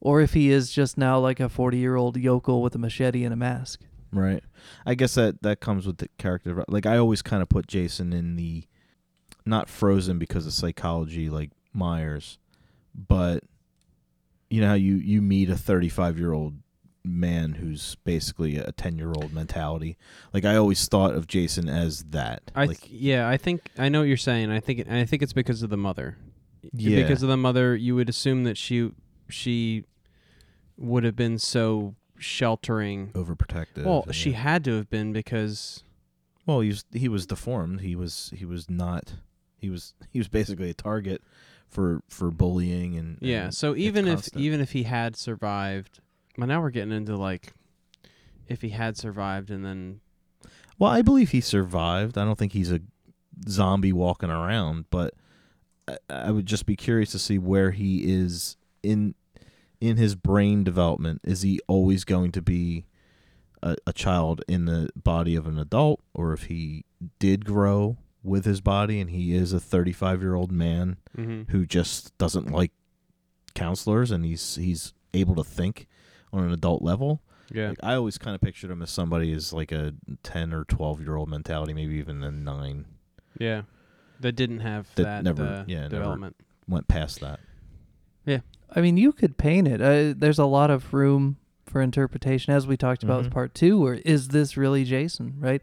[SPEAKER 2] or if he is just now like a 40 year old yokel with a machete and a mask.
[SPEAKER 3] Right. I guess that that comes with the character. Like I always kind of put Jason in the not frozen because of psychology, like Myers, but you know how you you meet a 35 year old man who's basically a 10 year old mentality. Like I always thought of Jason as that.
[SPEAKER 4] I
[SPEAKER 3] like
[SPEAKER 4] th- yeah, I think I know what you're saying. I think it, I think it's because of the mother. Y-
[SPEAKER 3] Yeah.
[SPEAKER 4] Because of the mother, you would assume that she she would have been so sheltering.
[SPEAKER 3] overprotective.
[SPEAKER 4] Well,
[SPEAKER 3] and,
[SPEAKER 4] she
[SPEAKER 3] yeah.
[SPEAKER 4] had to have been because
[SPEAKER 3] well he was, he was deformed. He was he was not he was he was basically a target for for bullying and
[SPEAKER 4] yeah.
[SPEAKER 3] and
[SPEAKER 4] So
[SPEAKER 3] it's
[SPEAKER 4] even if
[SPEAKER 3] constant.
[SPEAKER 4] even if he had survived, well, now we're getting into like if he had survived and then
[SPEAKER 3] Well, I believe he survived. I don't think he's a zombie walking around, but I, I would just be curious to see where he is in in his brain development. Is he always going to be a, a child in the body of an adult, or if he did grow with his body and he is a 35 year old man
[SPEAKER 4] mhm.
[SPEAKER 3] who just doesn't like counselors and he's he's able to think on an adult level
[SPEAKER 4] Yeah.
[SPEAKER 3] Like, I always kind of pictured him as somebody as like a ten or twelve year old mentality, maybe even a nine.
[SPEAKER 4] Yeah. That didn't have
[SPEAKER 3] That
[SPEAKER 4] that,
[SPEAKER 3] never-
[SPEAKER 4] uh,
[SPEAKER 3] yeah, never-
[SPEAKER 4] development.
[SPEAKER 3] Went past that.
[SPEAKER 2] I mean, you could paint it. Uh, there's a lot of room for interpretation, as we talked about
[SPEAKER 3] Mhm.
[SPEAKER 2] with part two, where is this really Jason, right?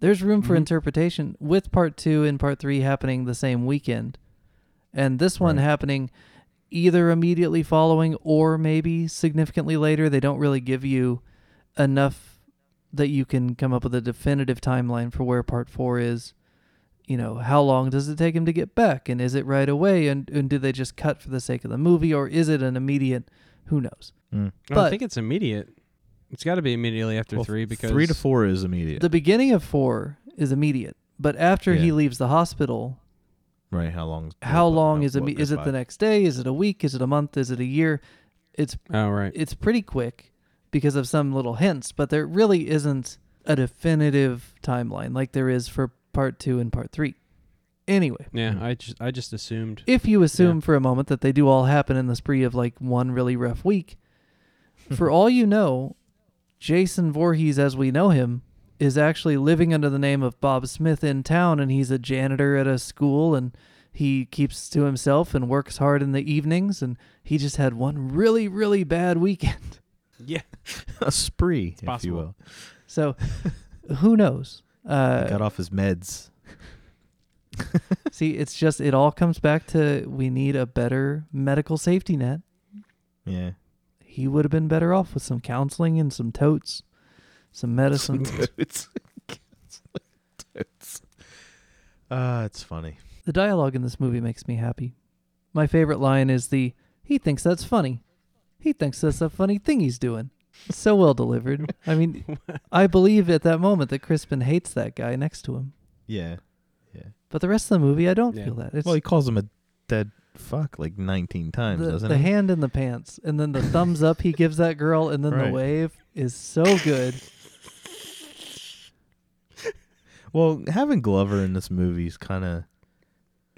[SPEAKER 2] There's room for
[SPEAKER 4] Mhm.
[SPEAKER 2] interpretation with part two and part three happening the same weekend, and this one
[SPEAKER 3] Right.
[SPEAKER 2] happening either immediately following or maybe significantly later. They don't really give you enough that you can come up with a definitive timeline for where part four is. You know, how long does it take him to get back? And is it right away? And, and do they just cut for the sake of the movie or is it an immediate? Who knows?
[SPEAKER 4] I
[SPEAKER 2] But-
[SPEAKER 4] don't think it's immediate. It's got to be immediately after
[SPEAKER 3] Well,
[SPEAKER 4] three because
[SPEAKER 3] three to four is immediate.
[SPEAKER 2] The beginning of four is immediate, but after he
[SPEAKER 3] Yeah.
[SPEAKER 2] leaves the hospital,
[SPEAKER 3] right? How long?
[SPEAKER 2] how
[SPEAKER 3] what-
[SPEAKER 2] long
[SPEAKER 3] how-
[SPEAKER 2] is it?
[SPEAKER 3] what
[SPEAKER 2] Is
[SPEAKER 3] goes
[SPEAKER 2] it
[SPEAKER 3] by?
[SPEAKER 2] the next day? Is it a week? Is it a month? Is it a year? It's
[SPEAKER 4] Oh right.
[SPEAKER 2] it's pretty quick because of some little hints, but there really isn't a definitive timeline like there is for part two and part three. Anyway,
[SPEAKER 4] Yeah,
[SPEAKER 3] Mm.
[SPEAKER 4] I just I just assumed.
[SPEAKER 2] if you assume for a moment that they do all happen in the spree of like one really rough week, for all you know, Jason Voorhees, as we know him, is actually living under the name of Bob Smith in town, and he's a janitor at a school, and he keeps to himself and works hard in the evenings, and he just had one really, really bad weekend.
[SPEAKER 4] Yeah.
[SPEAKER 3] a spree, if
[SPEAKER 4] possible.
[SPEAKER 3] you will?
[SPEAKER 2] So who knows?
[SPEAKER 3] Got
[SPEAKER 2] Uh,
[SPEAKER 3] off his meds.
[SPEAKER 2] see, it's just it all comes back to we need a better medical safety net.
[SPEAKER 3] Yeah.
[SPEAKER 2] He would have been better off with some counseling and some totes, some medicine.
[SPEAKER 3] Totes. Totes. Ah, it's funny.
[SPEAKER 2] the dialogue in this movie makes me happy. My favorite line is the he thinks that's funny. He thinks that's a funny thing he's doing. So well delivered. I mean, I believe at that moment that Crispin hates that guy next to him.
[SPEAKER 3] Yeah.
[SPEAKER 2] But the rest of the movie, I don't
[SPEAKER 4] Yeah.
[SPEAKER 2] feel that. It's
[SPEAKER 3] well, he calls him a dead fuck like 19 times,
[SPEAKER 2] the,
[SPEAKER 3] doesn't
[SPEAKER 2] the
[SPEAKER 3] he?
[SPEAKER 2] hand in the pants and then the thumbs up he gives that girl and then
[SPEAKER 3] Right.
[SPEAKER 2] the wave is so good
[SPEAKER 3] well, having Glover in this movie is kind of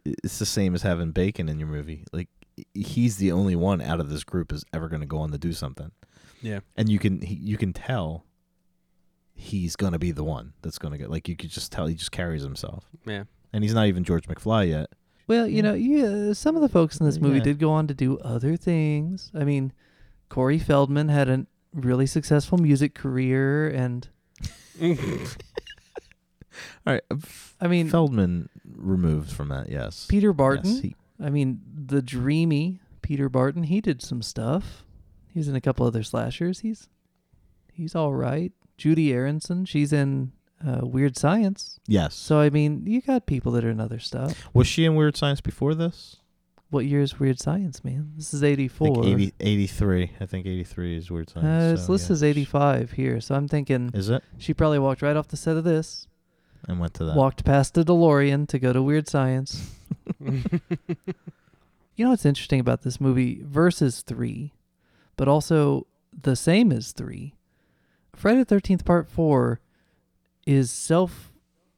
[SPEAKER 3] it's the same as having Bacon in your movie. Like he's the only one out of this group is ever going to go on to do something.
[SPEAKER 4] Yeah.
[SPEAKER 3] And you can he, you can tell he's going to be the one that's going to get like you could just tell he just carries himself.
[SPEAKER 4] Yeah.
[SPEAKER 3] And he's not even George McFly yet.
[SPEAKER 2] well you know yeah, some of the folks in this movie
[SPEAKER 3] Yeah.
[SPEAKER 2] did go on to do other things i mean corey feldman had a really successful music career and
[SPEAKER 3] All right.
[SPEAKER 2] uh, i mean
[SPEAKER 3] Feldman removed from that, yes.
[SPEAKER 2] peter barton
[SPEAKER 3] Yes, he-
[SPEAKER 2] i mean the dreamy peter barton he did some stuff he was in a couple other slashers he's he's all right judy aronson she's in uh, weird science
[SPEAKER 3] yes.
[SPEAKER 2] so i mean you got people that are in other stuff
[SPEAKER 3] Was she in Weird Science before this?
[SPEAKER 2] What year is Weird Science, man? This is
[SPEAKER 3] I think
[SPEAKER 2] 84.
[SPEAKER 3] 80, 83. I think 83 is Weird Science.
[SPEAKER 2] uh, it's
[SPEAKER 3] so,
[SPEAKER 2] listed
[SPEAKER 3] yeah.
[SPEAKER 2] as 85 here, so I'm thinking
[SPEAKER 3] Is it?
[SPEAKER 2] she probably walked right off the set of this,
[SPEAKER 3] And went to that.
[SPEAKER 2] walked past a DeLorean to go to Weird Science. You know what's interesting about this movie versus 3, but also the same as 3? Friday the 13th part 4 is self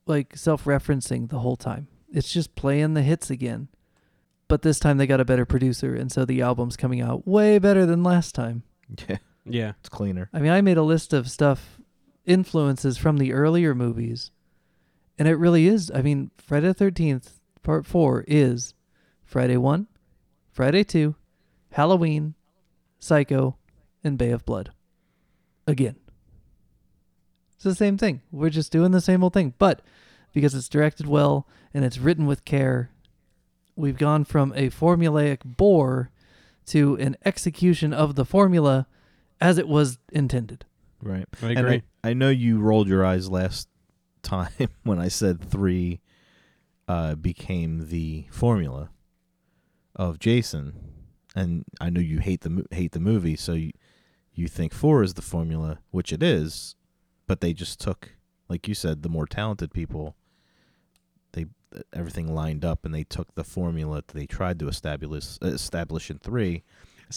[SPEAKER 2] like self-referencing the whole time. It's just playing the hits again. But this time they got a better producer and so the album's coming out way better than last time.
[SPEAKER 3] Yeah,
[SPEAKER 4] yeah.
[SPEAKER 3] it's cleaner.
[SPEAKER 2] I mean, I made a list of stuff, influences from the earlier movies, and it really is. I mean, Friday the 13th, part four, is Friday 1, Friday 2, Halloween, Psycho, and Bay of Blood. Again. It's the same thing. We're just doing the same old thing. But because it's directed well and it's written with care, we've gone from a formulaic bore to an execution of the formula as it was intended.
[SPEAKER 3] Right.
[SPEAKER 4] I
[SPEAKER 3] And
[SPEAKER 4] agree.
[SPEAKER 3] I, I know you rolled your eyes last time when I said three uh, became the formula of Jason, and I know you hate the mo- hate the movie, so you you think four is the formula, which it is, but they just took, like you said, the more talented people. They everything lined up, and they took the formula that they tried to establish establish in three,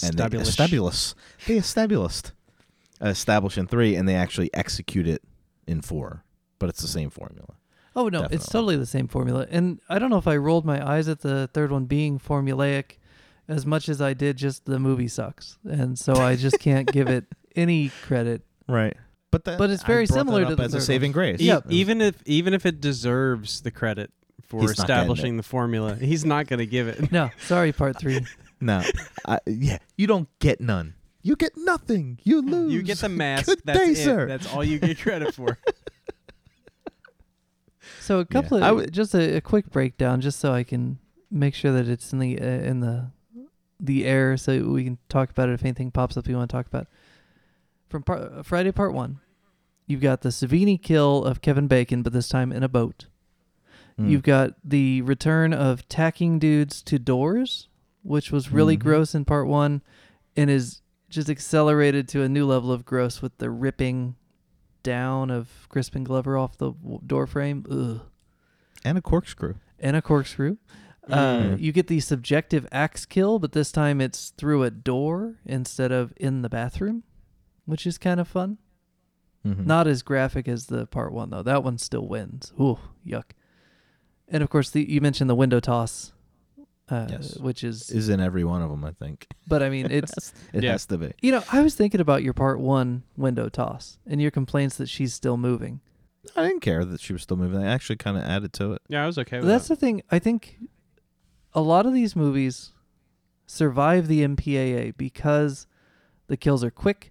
[SPEAKER 3] and they
[SPEAKER 4] Establish.
[SPEAKER 3] established they established establish in three and they actually execute it in four but it's the same formula
[SPEAKER 2] Oh no, it's
[SPEAKER 3] Definitely.
[SPEAKER 2] totally the same formula. And I don't know if I rolled my eyes at the third one being formulaic as much as I did just the movie sucks. And so I just can't give it any credit.
[SPEAKER 3] Right. But that,
[SPEAKER 2] But it's
[SPEAKER 3] I
[SPEAKER 2] very
[SPEAKER 3] brought that
[SPEAKER 2] similar
[SPEAKER 3] up
[SPEAKER 2] to the
[SPEAKER 3] as a
[SPEAKER 2] third
[SPEAKER 3] saving
[SPEAKER 2] one.
[SPEAKER 3] grace.
[SPEAKER 4] E-
[SPEAKER 2] Yeah.
[SPEAKER 4] Even if even if it deserves the credit for
[SPEAKER 3] He's not getting
[SPEAKER 4] establishing the formula, he's not going to give it.
[SPEAKER 2] No, sorry, part three.
[SPEAKER 3] No. I, yeah. You don't get none. You get nothing. You lose.
[SPEAKER 4] You get the mask.
[SPEAKER 3] Good
[SPEAKER 4] that's
[SPEAKER 3] day,
[SPEAKER 4] it.
[SPEAKER 3] sir.
[SPEAKER 4] That's all you get credit for.
[SPEAKER 2] So a couple
[SPEAKER 3] I
[SPEAKER 2] of
[SPEAKER 3] would-
[SPEAKER 2] just a, a quick breakdown, just so I can make sure that it's in the uh, in the the air, so we can talk about it if anything pops up you want to talk about. From par- uh, Friday Part One, you've got the Savini kill of Kevin Bacon, but this time in a boat.
[SPEAKER 3] Mm.
[SPEAKER 2] You've got the return of tacking dudes to doors, which was really
[SPEAKER 3] Mhm.
[SPEAKER 2] gross in Part One, and is just accelerated to a new level of gross with the ripping down of Crispin Glover off the w- door frame. Ugh
[SPEAKER 3] and a corkscrew.
[SPEAKER 2] and a corkscrew. Uh,
[SPEAKER 3] Mm.
[SPEAKER 2] you get the subjective axe kill, but this time it's through a door instead of in the bathroom, which is kind of fun.
[SPEAKER 3] Mhm.
[SPEAKER 2] Not as graphic as the part one though. That one still wins. Ooh, yuck! And of course, the, you mentioned the window toss, uh,
[SPEAKER 3] Yes.
[SPEAKER 2] which is,
[SPEAKER 3] is in every one of them. I think
[SPEAKER 2] But I mean, it's
[SPEAKER 3] it
[SPEAKER 4] Yeah.
[SPEAKER 3] has to be.
[SPEAKER 2] you know, I was thinking about your part one window toss and your complaints that she's still moving.
[SPEAKER 3] I didn't care that she was still moving. I actually kind of added to it.
[SPEAKER 4] Yeah, I was okay with
[SPEAKER 2] That's
[SPEAKER 4] that.
[SPEAKER 2] the thing. I think a lot of these movies survive the MPAA because the kills are quick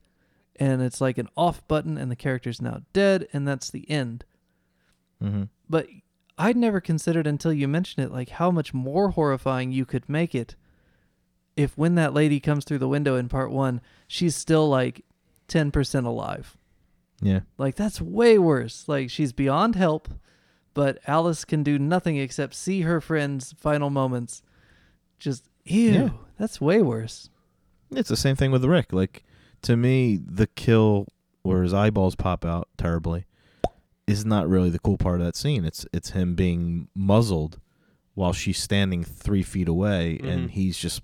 [SPEAKER 2] and it's like an off button and the character's now dead and that's the end.
[SPEAKER 3] Mm-hmm.
[SPEAKER 2] But I'd never considered until you mentioned it like how much more horrifying you could make it if when that lady comes through the window in part 1, she's still like 10% alive.
[SPEAKER 3] Yeah.
[SPEAKER 2] Like that's way worse. Like she's beyond help, but Alice can do nothing except see her friend's final moments. Just ew.
[SPEAKER 3] Yeah.
[SPEAKER 2] That's way worse.
[SPEAKER 3] It's the same thing with Rick. Like to me, the kill where his eyeballs pop out terribly is not really the cool part of that scene. It's it's him being muzzled while she's standing three feet away, and
[SPEAKER 4] Mhm.
[SPEAKER 3] he's just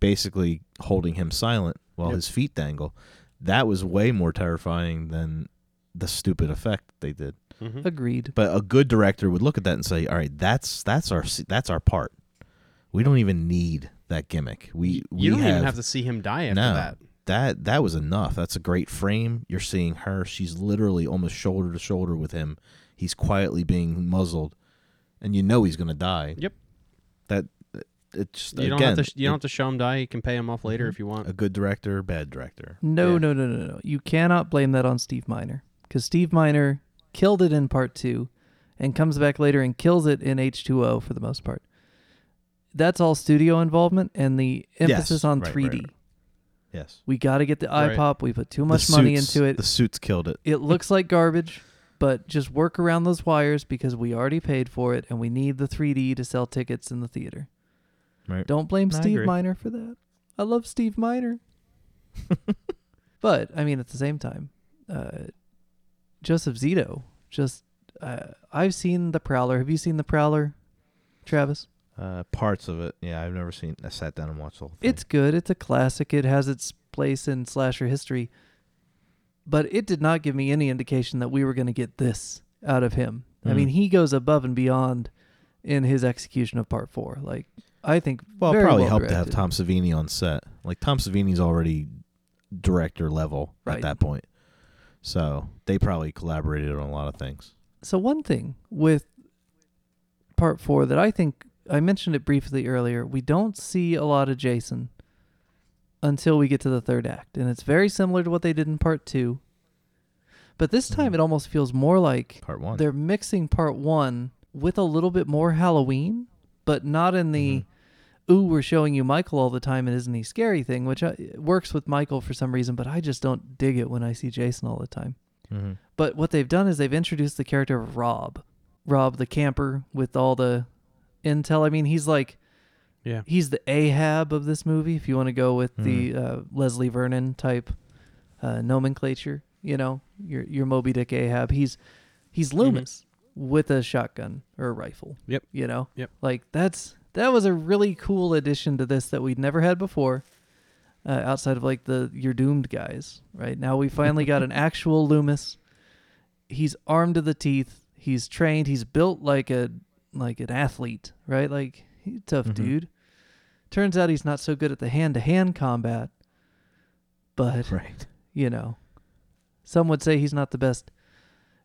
[SPEAKER 3] basically holding him silent while
[SPEAKER 4] Yep.
[SPEAKER 3] his feet dangle. That was way more terrifying than the stupid effect they did.
[SPEAKER 4] Mhm.
[SPEAKER 2] Agreed.
[SPEAKER 3] But a good director would look at that and say, "All right, that's that's our s- that's our part. We don't even need that gimmick. We
[SPEAKER 4] you
[SPEAKER 3] we
[SPEAKER 4] don't even have to see him die after
[SPEAKER 3] No.
[SPEAKER 4] that.
[SPEAKER 3] that that was enough. That's a great frame. You're seeing her. She's literally almost shoulder to shoulder with him. He's quietly being muzzled, and you know he's gonna die.
[SPEAKER 4] Yep.
[SPEAKER 3] That it Mm-hmm. just
[SPEAKER 4] You don't
[SPEAKER 3] again,
[SPEAKER 4] have to. You don't have to show him die. You can pay him off later if you want.
[SPEAKER 3] a good director, bad director.
[SPEAKER 2] No,
[SPEAKER 4] Yeah.
[SPEAKER 2] no, no, no, no. You cannot blame that on Steve Miner because Steve Miner killed it in part two, and comes back later and kills it in H two O for the most part. That's all studio involvement and the emphasis on
[SPEAKER 3] right, right,
[SPEAKER 2] 3D.
[SPEAKER 3] right. Yes.
[SPEAKER 2] We got to get the eye
[SPEAKER 4] Right.
[SPEAKER 2] pop. We put too
[SPEAKER 3] The
[SPEAKER 2] much money
[SPEAKER 3] suits-
[SPEAKER 2] into it.
[SPEAKER 3] The suits killed it.
[SPEAKER 2] it looks like garbage, but just work around those wires because we already paid for it and we need the 3D to sell tickets in the theater.
[SPEAKER 3] Right.
[SPEAKER 2] Don't blame
[SPEAKER 3] I
[SPEAKER 2] Steve
[SPEAKER 3] agree.
[SPEAKER 2] Miner for that. I love Steve Miner. but I mean, at the same time, uh, Joseph Zito, just uh, I've seen The Prowler. Have you seen The Prowler, Travis?
[SPEAKER 3] Uh, parts of it. Yeah, I've never seen. I sat down and watched the whole thing.
[SPEAKER 2] It's good. It's a classic. It has its place in slasher history. But it did not give me any indication that we were going to get this out of him. I
[SPEAKER 3] Mm.
[SPEAKER 2] mean, he goes above and beyond in his execution of part four. Like, I think
[SPEAKER 3] Well, it
[SPEAKER 2] very
[SPEAKER 3] probably
[SPEAKER 2] well
[SPEAKER 3] helped to have
[SPEAKER 2] directed.
[SPEAKER 3] Tom Savini on set. Like Tom Savini's already director level
[SPEAKER 2] Right.
[SPEAKER 3] at that point, so they probably collaborated on a lot of things.
[SPEAKER 2] So one thing with part four that I think I mentioned it briefly earlier, we don't see a lot of Jason until we get to the third act, and it's very similar to what they did in part two. But this time,
[SPEAKER 3] Mhm.
[SPEAKER 2] it almost feels more like
[SPEAKER 3] Part one.
[SPEAKER 2] they're mixing part one with a little bit more Halloween, but not in the
[SPEAKER 3] Mm-hmm.
[SPEAKER 2] ooh, we're showing you Michael all the time and isn't he scary thing, which I, it works with Michael for some reason, but I just don't dig it when I see Jason all the time.
[SPEAKER 3] Mhm.
[SPEAKER 2] But what they've done is they've introduced the character of Rob, Rob the camper with all the intel. I mean, he's like
[SPEAKER 4] Yeah. Mm-hmm.
[SPEAKER 2] he's the Ahab of this movie, if you want to go with the uh, Leslie Vernon type uh, nomenclature. You know, your your Moby Dick Ahab. He's he's Loomis with a shotgun or a rifle.
[SPEAKER 4] Mm-hmm. Yep.
[SPEAKER 2] You know.
[SPEAKER 4] Yep.
[SPEAKER 2] Like that's that was a really cool addition to this that we'd never had before. Uh, outside of like the you're doomed guys, right now we finally got an actual Loomis. He's armed to the teeth. He's trained. He's built like a like an athlete, right? Like he's a tough
[SPEAKER 3] Mhm.
[SPEAKER 2] dude. Turns out he's not so good at the hand to hand combat, but
[SPEAKER 3] Right.
[SPEAKER 2] you know, Some would say he's not the best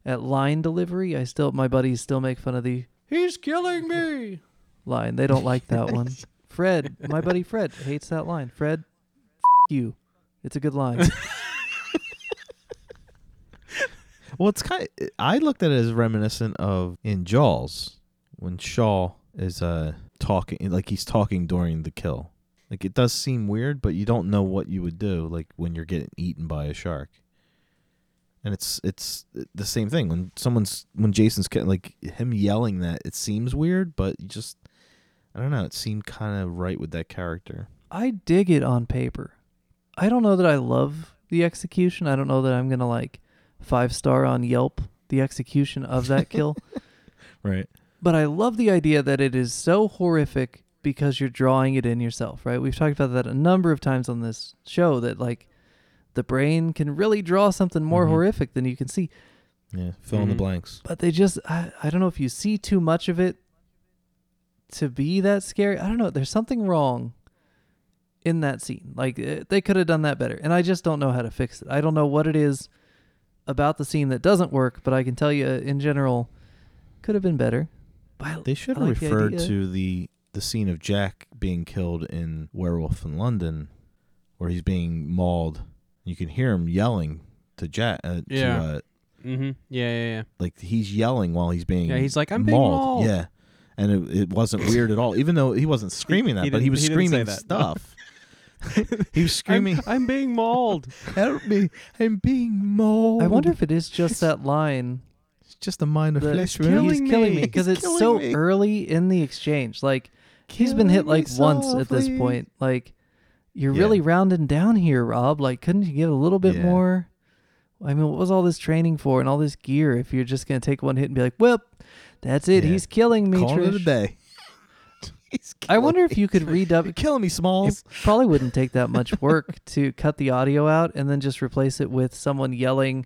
[SPEAKER 2] at line delivery. I still, my buddies still make fun of the "He's killing me" line. They don't like that one. Fred, my buddy Fred, hates that line. Fred, f- you. It's a good line.
[SPEAKER 3] Well, it's kind. Of, I looked at it as reminiscent of in Jaws when Shaw is uh talking, like he's talking during the kill. Like it does seem weird, but you don't know what you would do, like when you're getting eaten by a shark. And it's it's the same thing when someone's when Jason's getting like him yelling that it seems weird, but you just I don't know. It seemed kind of right with that character.
[SPEAKER 2] I dig it on paper. I don't know that I love the execution. I don't know that I'm gonna like five star on Yelp the execution of that kill.
[SPEAKER 3] Right.
[SPEAKER 2] But I love the idea that it is so horrific because you're drawing it in yourself, right? We've talked about that a number of times on this show that like the brain can really draw something more
[SPEAKER 3] Mhm.
[SPEAKER 2] horrific than you can see.
[SPEAKER 3] Yeah. Fill in the
[SPEAKER 4] Mhm.
[SPEAKER 3] blanks.
[SPEAKER 2] But they just I, I don't know if you see too much of it to be that scary. I don't know, there's something wrong in that scene. Like eh, they could have done that better. And I just don't know how to fix it. I don't know what it is about the scene that doesn't work, but I can tell you uh, in general could have been better. But I-
[SPEAKER 3] They should
[SPEAKER 2] I like the
[SPEAKER 3] refer
[SPEAKER 2] idea.
[SPEAKER 3] to the the scene of Jack being killed in Werewolf in London, where he's being mauled. You can hear him yelling to Jack. Uh,
[SPEAKER 4] Yeah.
[SPEAKER 3] To, uh,
[SPEAKER 4] Mm-hmm. Yeah, yeah, yeah.
[SPEAKER 3] like he's yelling while he's being.
[SPEAKER 4] Yeah, he's like, I'm being
[SPEAKER 3] mauled.
[SPEAKER 4] mauled.
[SPEAKER 3] Yeah, and it, it wasn't weird at all. Even though he wasn't screaming that,
[SPEAKER 4] he
[SPEAKER 3] but he
[SPEAKER 4] didn't-
[SPEAKER 3] was
[SPEAKER 4] he didn't say
[SPEAKER 3] screaming
[SPEAKER 4] that, no.
[SPEAKER 3] stuff. he was screaming,
[SPEAKER 4] I'm, I'm being mauled.
[SPEAKER 3] "Help me! I'm being mauled."
[SPEAKER 2] I wonder if it is just that line
[SPEAKER 3] It's just a mind of
[SPEAKER 2] that
[SPEAKER 3] flesh.
[SPEAKER 2] he's
[SPEAKER 3] wound.
[SPEAKER 2] killing me
[SPEAKER 4] me.
[SPEAKER 2] because
[SPEAKER 3] He's
[SPEAKER 2] it's
[SPEAKER 3] killing
[SPEAKER 2] so
[SPEAKER 3] me.
[SPEAKER 2] early in the exchange. Like he's been
[SPEAKER 3] Killing
[SPEAKER 2] hit
[SPEAKER 3] me
[SPEAKER 2] like once at this
[SPEAKER 3] softly.
[SPEAKER 2] point. Like you're
[SPEAKER 3] Yeah.
[SPEAKER 2] really rounding down here, Rob. Like couldn't you get a little bit
[SPEAKER 3] Yeah.
[SPEAKER 2] more? I mean, what was all this training for and all this gear if you're just gonna take one hit and be like, "Well, that's it.
[SPEAKER 3] Yeah.
[SPEAKER 2] He's killing me."
[SPEAKER 3] Calling it a
[SPEAKER 2] Trish."
[SPEAKER 3] day. He's
[SPEAKER 2] I wonder
[SPEAKER 3] killing
[SPEAKER 2] if you could
[SPEAKER 3] You're
[SPEAKER 2] redub.
[SPEAKER 3] killing me,
[SPEAKER 2] It
[SPEAKER 3] Smalls.
[SPEAKER 2] probably wouldn't take that much work to cut the audio out and then just replace it with someone yelling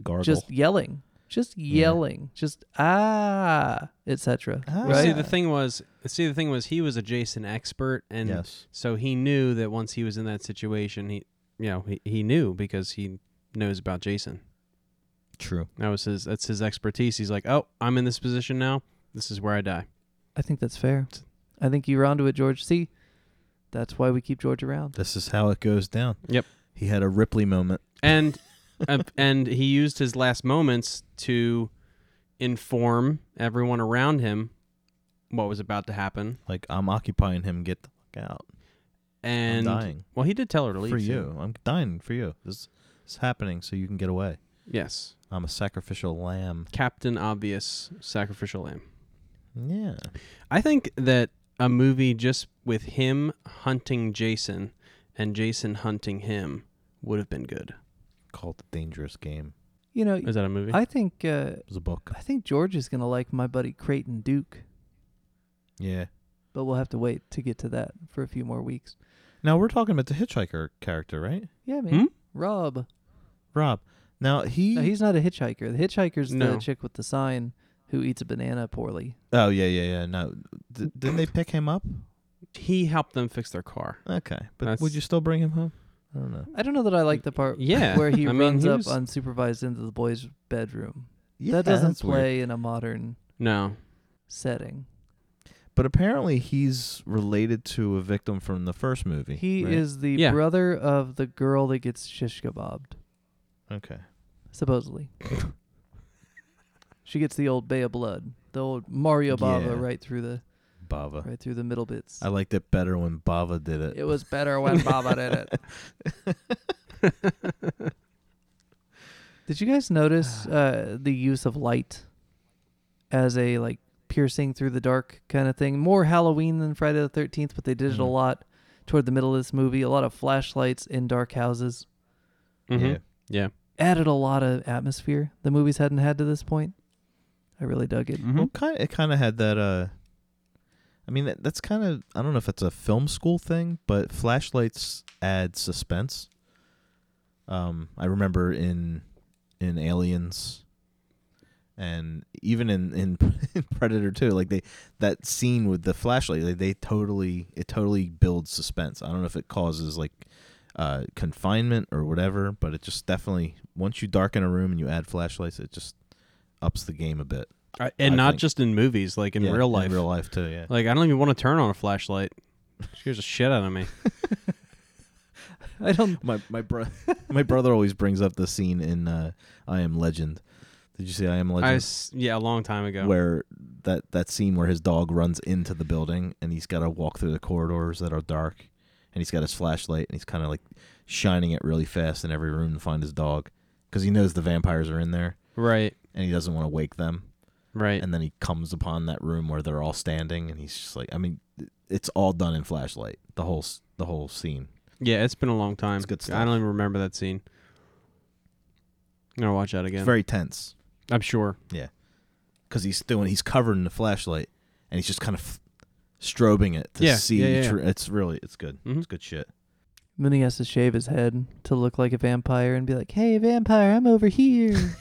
[SPEAKER 3] Gargle.
[SPEAKER 2] just yelling, just
[SPEAKER 4] Mm.
[SPEAKER 2] yelling, just ah, etc.
[SPEAKER 3] Ah.
[SPEAKER 4] Well, See,
[SPEAKER 2] Right?
[SPEAKER 4] the thing was, see, the thing was, he was a Jason expert, and
[SPEAKER 3] yes.
[SPEAKER 4] so he knew that once he was in that situation, he, you know, he, he knew because he knows about Jason.
[SPEAKER 3] True.
[SPEAKER 4] That was his. That's his expertise. He's like, oh, I'm in this position now. This is where I die.
[SPEAKER 2] I think that's fair. I think you're onto it, George. See, that's why we keep George around.
[SPEAKER 3] This is how it goes down.
[SPEAKER 4] Yep.
[SPEAKER 3] He had a Ripley moment.
[SPEAKER 4] and uh, and he used his last moments to inform everyone around him what was about to happen.
[SPEAKER 3] Like I'm occupying him. Get the fuck out.
[SPEAKER 4] And
[SPEAKER 3] I'm dying
[SPEAKER 4] well, he did tell her to leave
[SPEAKER 3] for
[SPEAKER 4] too.
[SPEAKER 3] you. I'm dying for you. This is happening so you can get away.
[SPEAKER 4] Yes,
[SPEAKER 3] I'm a sacrificial lamb.
[SPEAKER 4] Captain Obvious, sacrificial lamb.
[SPEAKER 3] Yeah.
[SPEAKER 4] I think that a movie just with him hunting Jason and Jason hunting him would have been good.
[SPEAKER 3] Called the dangerous game.
[SPEAKER 2] You know,
[SPEAKER 4] Is that a movie?
[SPEAKER 2] I think uh,
[SPEAKER 3] It was a book.
[SPEAKER 2] I think George is gonna like my buddy Creighton Duke,
[SPEAKER 3] Yeah.
[SPEAKER 2] but we'll have to wait to get to that for a few more weeks.
[SPEAKER 3] Now we're talking about the hitchhiker character, right?
[SPEAKER 2] Yeah, man.
[SPEAKER 4] Hmm?
[SPEAKER 2] Rob.
[SPEAKER 3] Rob. Now he.
[SPEAKER 2] No, he's not a hitchhiker. The hitchhiker's the
[SPEAKER 4] No.
[SPEAKER 2] chick with the sign who eats a banana poorly.
[SPEAKER 3] oh yeah, yeah, yeah. No, Th- didn't they pick him up?
[SPEAKER 4] He helped them fix their car.
[SPEAKER 3] Okay, but
[SPEAKER 4] That's-
[SPEAKER 3] would you still bring him home? I don't know.
[SPEAKER 2] I don't know that I like the part
[SPEAKER 4] Yeah,
[SPEAKER 2] where he
[SPEAKER 4] I mean,
[SPEAKER 2] runs
[SPEAKER 4] he
[SPEAKER 2] up
[SPEAKER 4] was-
[SPEAKER 2] unsupervised into the boy's bedroom.
[SPEAKER 3] Yeah,
[SPEAKER 2] that doesn't
[SPEAKER 3] that's weird.
[SPEAKER 2] play in a modern
[SPEAKER 4] No.
[SPEAKER 2] setting.
[SPEAKER 3] But apparently, he's related to a victim from the first movie.
[SPEAKER 2] He
[SPEAKER 3] right?
[SPEAKER 2] is the
[SPEAKER 4] Yeah.
[SPEAKER 2] brother of the girl that gets shish kebabbed,
[SPEAKER 3] okay.
[SPEAKER 2] supposedly. she gets the old Bay of Blood, the old Mario Bava
[SPEAKER 3] Yeah.
[SPEAKER 2] right through the
[SPEAKER 3] Bava.
[SPEAKER 2] right through the middle bits.
[SPEAKER 3] I liked it better when Bava did it.
[SPEAKER 2] It was better when Baba did it. Did you guys notice uh, the use of light as a like piercing through the dark kind of thing? More Halloween than Friday the Thirteenth, but they did it a
[SPEAKER 3] Mhm.
[SPEAKER 2] lot toward the middle of this movie. A lot of flashlights in dark houses
[SPEAKER 4] Mhm.
[SPEAKER 3] Yeah.
[SPEAKER 4] Yeah.
[SPEAKER 2] added a lot of atmosphere the movies hadn't had to this point. I really dug it.
[SPEAKER 4] Mhm.
[SPEAKER 3] Well, kind it kind of had that. Uh, I mean, that, that's kind of. I don't know if it's a film school thing, but flashlights add suspense. Um, I remember in in Aliens, and even in in, in Predator too, like they that scene with the flashlight, like they totally it totally builds suspense. I don't know if it causes like uh, confinement or whatever. But it just definitely once you darken a room and you add flashlights, it just ups the game a bit
[SPEAKER 4] Uh,
[SPEAKER 3] Mm-hmm.
[SPEAKER 4] and
[SPEAKER 3] I
[SPEAKER 4] not
[SPEAKER 3] think-
[SPEAKER 4] just in movies, like in
[SPEAKER 3] Yeah,
[SPEAKER 4] real life.
[SPEAKER 3] In real life too, yeah.
[SPEAKER 4] Like I don't even want to turn on a flashlight. Scares the shit out of me.
[SPEAKER 2] I don't.
[SPEAKER 3] My my bro- my brother always brings up the scene in uh, I Am Legend. Did you see I Am
[SPEAKER 4] I
[SPEAKER 3] Legend?
[SPEAKER 4] s- yeah, a long time ago.
[SPEAKER 3] Where that that scene where his dog runs into the building and he's got to walk through the corridors that are dark, and he's got his flashlight and he's kind of like shining it really fast in every room to find his dog because he knows the vampires are in there
[SPEAKER 4] Right,
[SPEAKER 3] and he doesn't want to wake them.
[SPEAKER 4] right.
[SPEAKER 3] And then he comes upon that room where they're all standing and he's just like, I mean, it's all done in flashlight. The whole s- the whole scene.
[SPEAKER 4] yeah, it's been a long time.
[SPEAKER 3] It's good
[SPEAKER 4] I
[SPEAKER 3] stuff.
[SPEAKER 4] don't even remember that scene. I'm gonna watch that again.
[SPEAKER 3] It's very tense.
[SPEAKER 4] I'm sure.
[SPEAKER 3] because he's doing he's covered in the flashlight and he's just kind of f- strobing it to
[SPEAKER 4] Yeah,
[SPEAKER 3] see
[SPEAKER 4] yeah, yeah,
[SPEAKER 3] each
[SPEAKER 4] yeah.
[SPEAKER 3] r- it's really it's good
[SPEAKER 4] Mhm.
[SPEAKER 3] it's good shit
[SPEAKER 2] Then he has to shave his head to look like a vampire and be like, "Hey, vampire, I'm over here."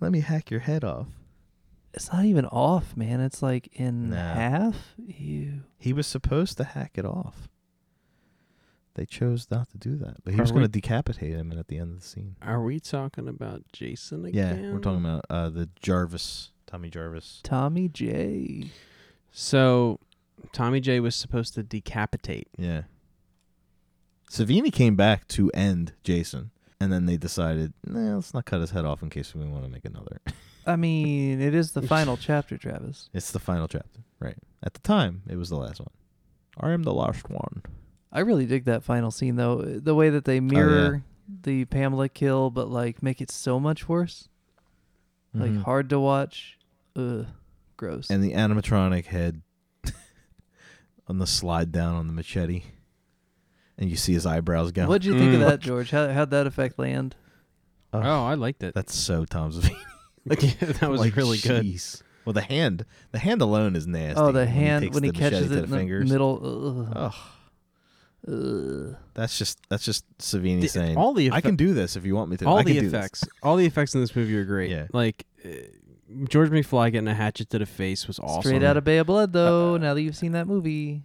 [SPEAKER 3] let me hack your head off
[SPEAKER 2] it's not even off, man. It's like in
[SPEAKER 3] No.
[SPEAKER 2] half. Ew.
[SPEAKER 3] he was supposed to hack it off they chose not to do that but he
[SPEAKER 4] Are
[SPEAKER 3] was going
[SPEAKER 4] we-
[SPEAKER 3] to decapitate him at the end of the scene
[SPEAKER 4] Are we talking about Jason
[SPEAKER 3] yeah
[SPEAKER 4] again?
[SPEAKER 3] we're talking about uh the jarvis tommy jarvis
[SPEAKER 2] Tommy J.
[SPEAKER 4] So, Tommy J was supposed to decapitate.
[SPEAKER 3] yeah savini came back to end jason and then they decided nah, let's not cut his head off in case we want to make another
[SPEAKER 2] I mean, it is the final chapter, Travis.
[SPEAKER 3] it's the final chapter right at the time it was the last one i am the last one
[SPEAKER 2] I really dig that final scene though. Uh, The way that
[SPEAKER 3] Oh,
[SPEAKER 2] they mirror the Pamela kill, but like make it so much worse. Like
[SPEAKER 3] Mhm.
[SPEAKER 2] hard to watch. Ugh, gross.
[SPEAKER 3] and the animatronic head on the slide down on the machete, and you see his eyebrows go.
[SPEAKER 2] What'd you think of
[SPEAKER 4] Mm.
[SPEAKER 2] that, George? How how'd that effect land?
[SPEAKER 3] Ugh,
[SPEAKER 4] Oh, I liked it.
[SPEAKER 3] that's so Tom Savini.
[SPEAKER 4] Like, that was
[SPEAKER 3] Like,
[SPEAKER 4] really good.
[SPEAKER 3] jeez. Well, the hand, the hand alone is nasty.
[SPEAKER 2] Oh, the
[SPEAKER 3] when
[SPEAKER 2] hand
[SPEAKER 3] he takes
[SPEAKER 2] when he
[SPEAKER 3] the machete
[SPEAKER 2] catches
[SPEAKER 3] to
[SPEAKER 2] it
[SPEAKER 3] the
[SPEAKER 2] in the
[SPEAKER 3] fingers.
[SPEAKER 2] middle. Ugh.
[SPEAKER 3] Ugh,
[SPEAKER 2] Ugh.
[SPEAKER 3] that's just that's just Savini
[SPEAKER 4] The-
[SPEAKER 3] saying,
[SPEAKER 4] all the
[SPEAKER 3] "I
[SPEAKER 4] effe-
[SPEAKER 3] can do this if you want me to."
[SPEAKER 4] all
[SPEAKER 3] I can
[SPEAKER 4] the
[SPEAKER 3] do this."
[SPEAKER 4] effects, all the effects in this movie are great.
[SPEAKER 3] Yeah.
[SPEAKER 4] Like uh, George McFly getting a hatchet to the face was awesome.
[SPEAKER 2] Straight out of Bay of Blood, though. now that you've seen that movie,